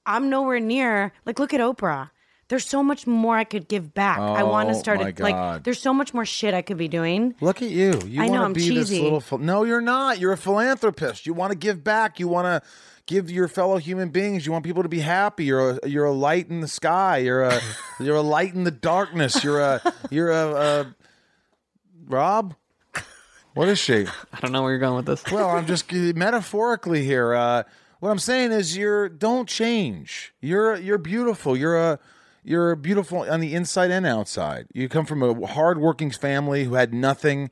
Speaker 3: I'm nowhere near, like, look at Oprah. There's so much more I could give back. I want
Speaker 1: Oh,
Speaker 3: to start,
Speaker 1: my
Speaker 3: a, like,
Speaker 1: God.
Speaker 3: there's so much more shit I could be doing.
Speaker 1: Look at you. You
Speaker 3: I know,
Speaker 1: want
Speaker 3: I'm
Speaker 1: to be
Speaker 3: cheesy.
Speaker 1: this little. Ph- no, you're not. You're a philanthropist. You want to give back. You want to give your fellow human beings. You want people to be happy. You're a, you're a light in the sky. You're a you're a light in the darkness. You're a you're a, a Rob. What is she?
Speaker 4: I don't know where you're going with this.
Speaker 1: Well, I'm just metaphorically here. Uh, what I'm saying is, you're don't change. You're you're beautiful. You're a you're beautiful on the inside and outside. You come from a hardworking family who had nothing.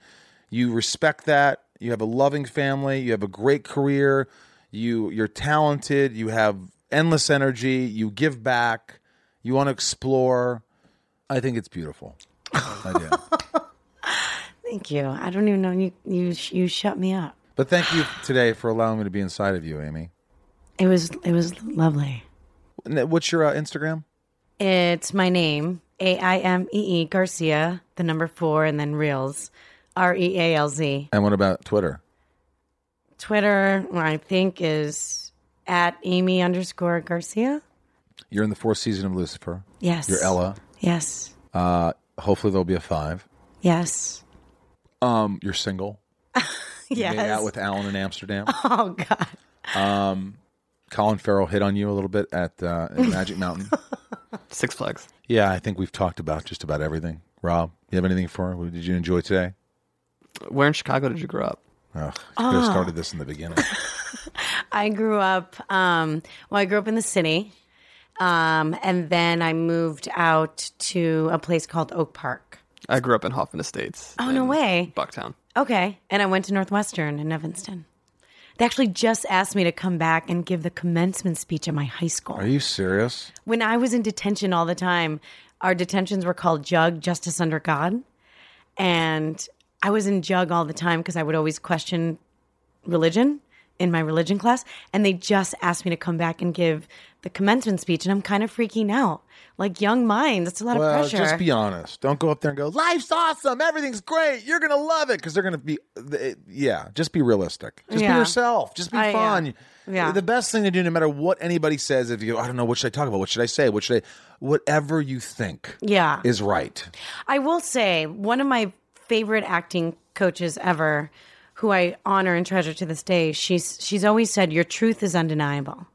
Speaker 1: You respect that. You have a loving family. You have a great career. You you're talented. You have endless energy. You give back. You want to explore. I think it's beautiful. I do.
Speaker 3: Thank you. I don't even know you. You you shut me up.
Speaker 1: But thank you today for allowing me to be inside of you, Amy.
Speaker 3: It was it was lovely.
Speaker 1: N- What's your uh, Instagram?
Speaker 3: It's my name, A I M E E Garcia, the number four, and then Reels, R E A L Z.
Speaker 1: And what about Twitter?
Speaker 3: Twitter, I think, is at Amy underscore Garcia.
Speaker 1: You're in the fourth season of Lucifer.
Speaker 3: Yes.
Speaker 1: You're Ella.
Speaker 3: Yes.
Speaker 1: Uh, hopefully there'll be a five.
Speaker 3: Yes.
Speaker 1: Um, you're single. You
Speaker 3: Yes.
Speaker 1: Made out with Alan in Amsterdam.
Speaker 3: oh God.
Speaker 1: Colin Farrell hit on you a little bit at uh, in Magic Mountain.
Speaker 4: Six Flags.
Speaker 1: Yeah, I think we've talked about just about everything. Rob, you have anything for? What did you enjoy today?
Speaker 4: Where in Chicago did you grow up?
Speaker 1: Ugh, you could have started this in the beginning.
Speaker 3: I grew up. Um, well, I grew up in the city, um, and then I moved out to a place called Oak Park.
Speaker 4: I grew up in Hoffman Estates.
Speaker 3: Oh, no
Speaker 4: in
Speaker 3: way.
Speaker 4: Bucktown.
Speaker 3: Okay. And I went to Northwestern in Evanston. They actually just asked me to come back and give the commencement speech at my high school.
Speaker 1: Are you serious?
Speaker 3: when I was in detention all the time, our detentions were called Jug, Justice Under God. And I was in Jug all the time because I would always question religion in my religion class. And they just asked me to come back and give the commencement speech. And I'm kind of freaking out. Like young minds, it's a lot
Speaker 1: Well,
Speaker 3: of pressure.
Speaker 1: just be honest. Don't go up there and go, "Life's awesome, everything's great, you're gonna love it," because they're gonna be, th- yeah. Just be realistic. Just
Speaker 3: Yeah.
Speaker 1: be yourself. Just be
Speaker 3: I am.
Speaker 1: fun.
Speaker 3: Yeah.
Speaker 1: The best thing to do, no matter what anybody says, if you, I don't know, what should I talk about? What should I say? What should I? Whatever you think,
Speaker 3: Yeah.
Speaker 1: is right.
Speaker 3: I will say one of my favorite acting coaches ever, who I honor and treasure to this day. She's she's always said your truth is undeniable,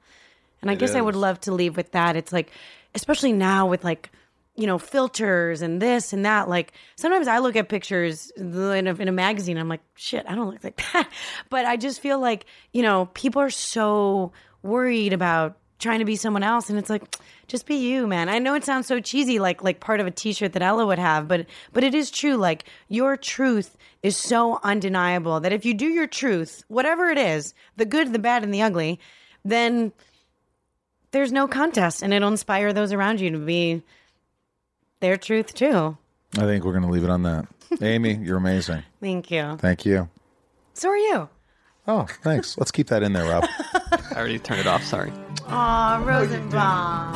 Speaker 3: and I guess I would love to leave with that. It's like, especially now with like. You know, filters and this and that. Like sometimes I look at pictures in a, in a magazine. I'm like, shit, I don't look like that. But I just feel like you know, people are so worried about trying to be someone else and it's like just be you man i know it sounds so cheesy like like part of a t-shirt that ella would have but but it is true like your truth is so undeniable that if you do your truth whatever it is the good the bad and the ugly then there's no contest and it'll inspire those around you to be their truth too
Speaker 1: I think we're gonna leave it on that. Amy, you're amazing.
Speaker 3: thank you
Speaker 1: Thank you.
Speaker 3: so are you
Speaker 1: Oh, thanks. Let's keep that in there, Rob.
Speaker 4: I already turned it off. Sorry.
Speaker 3: Aw, Rosenbaum.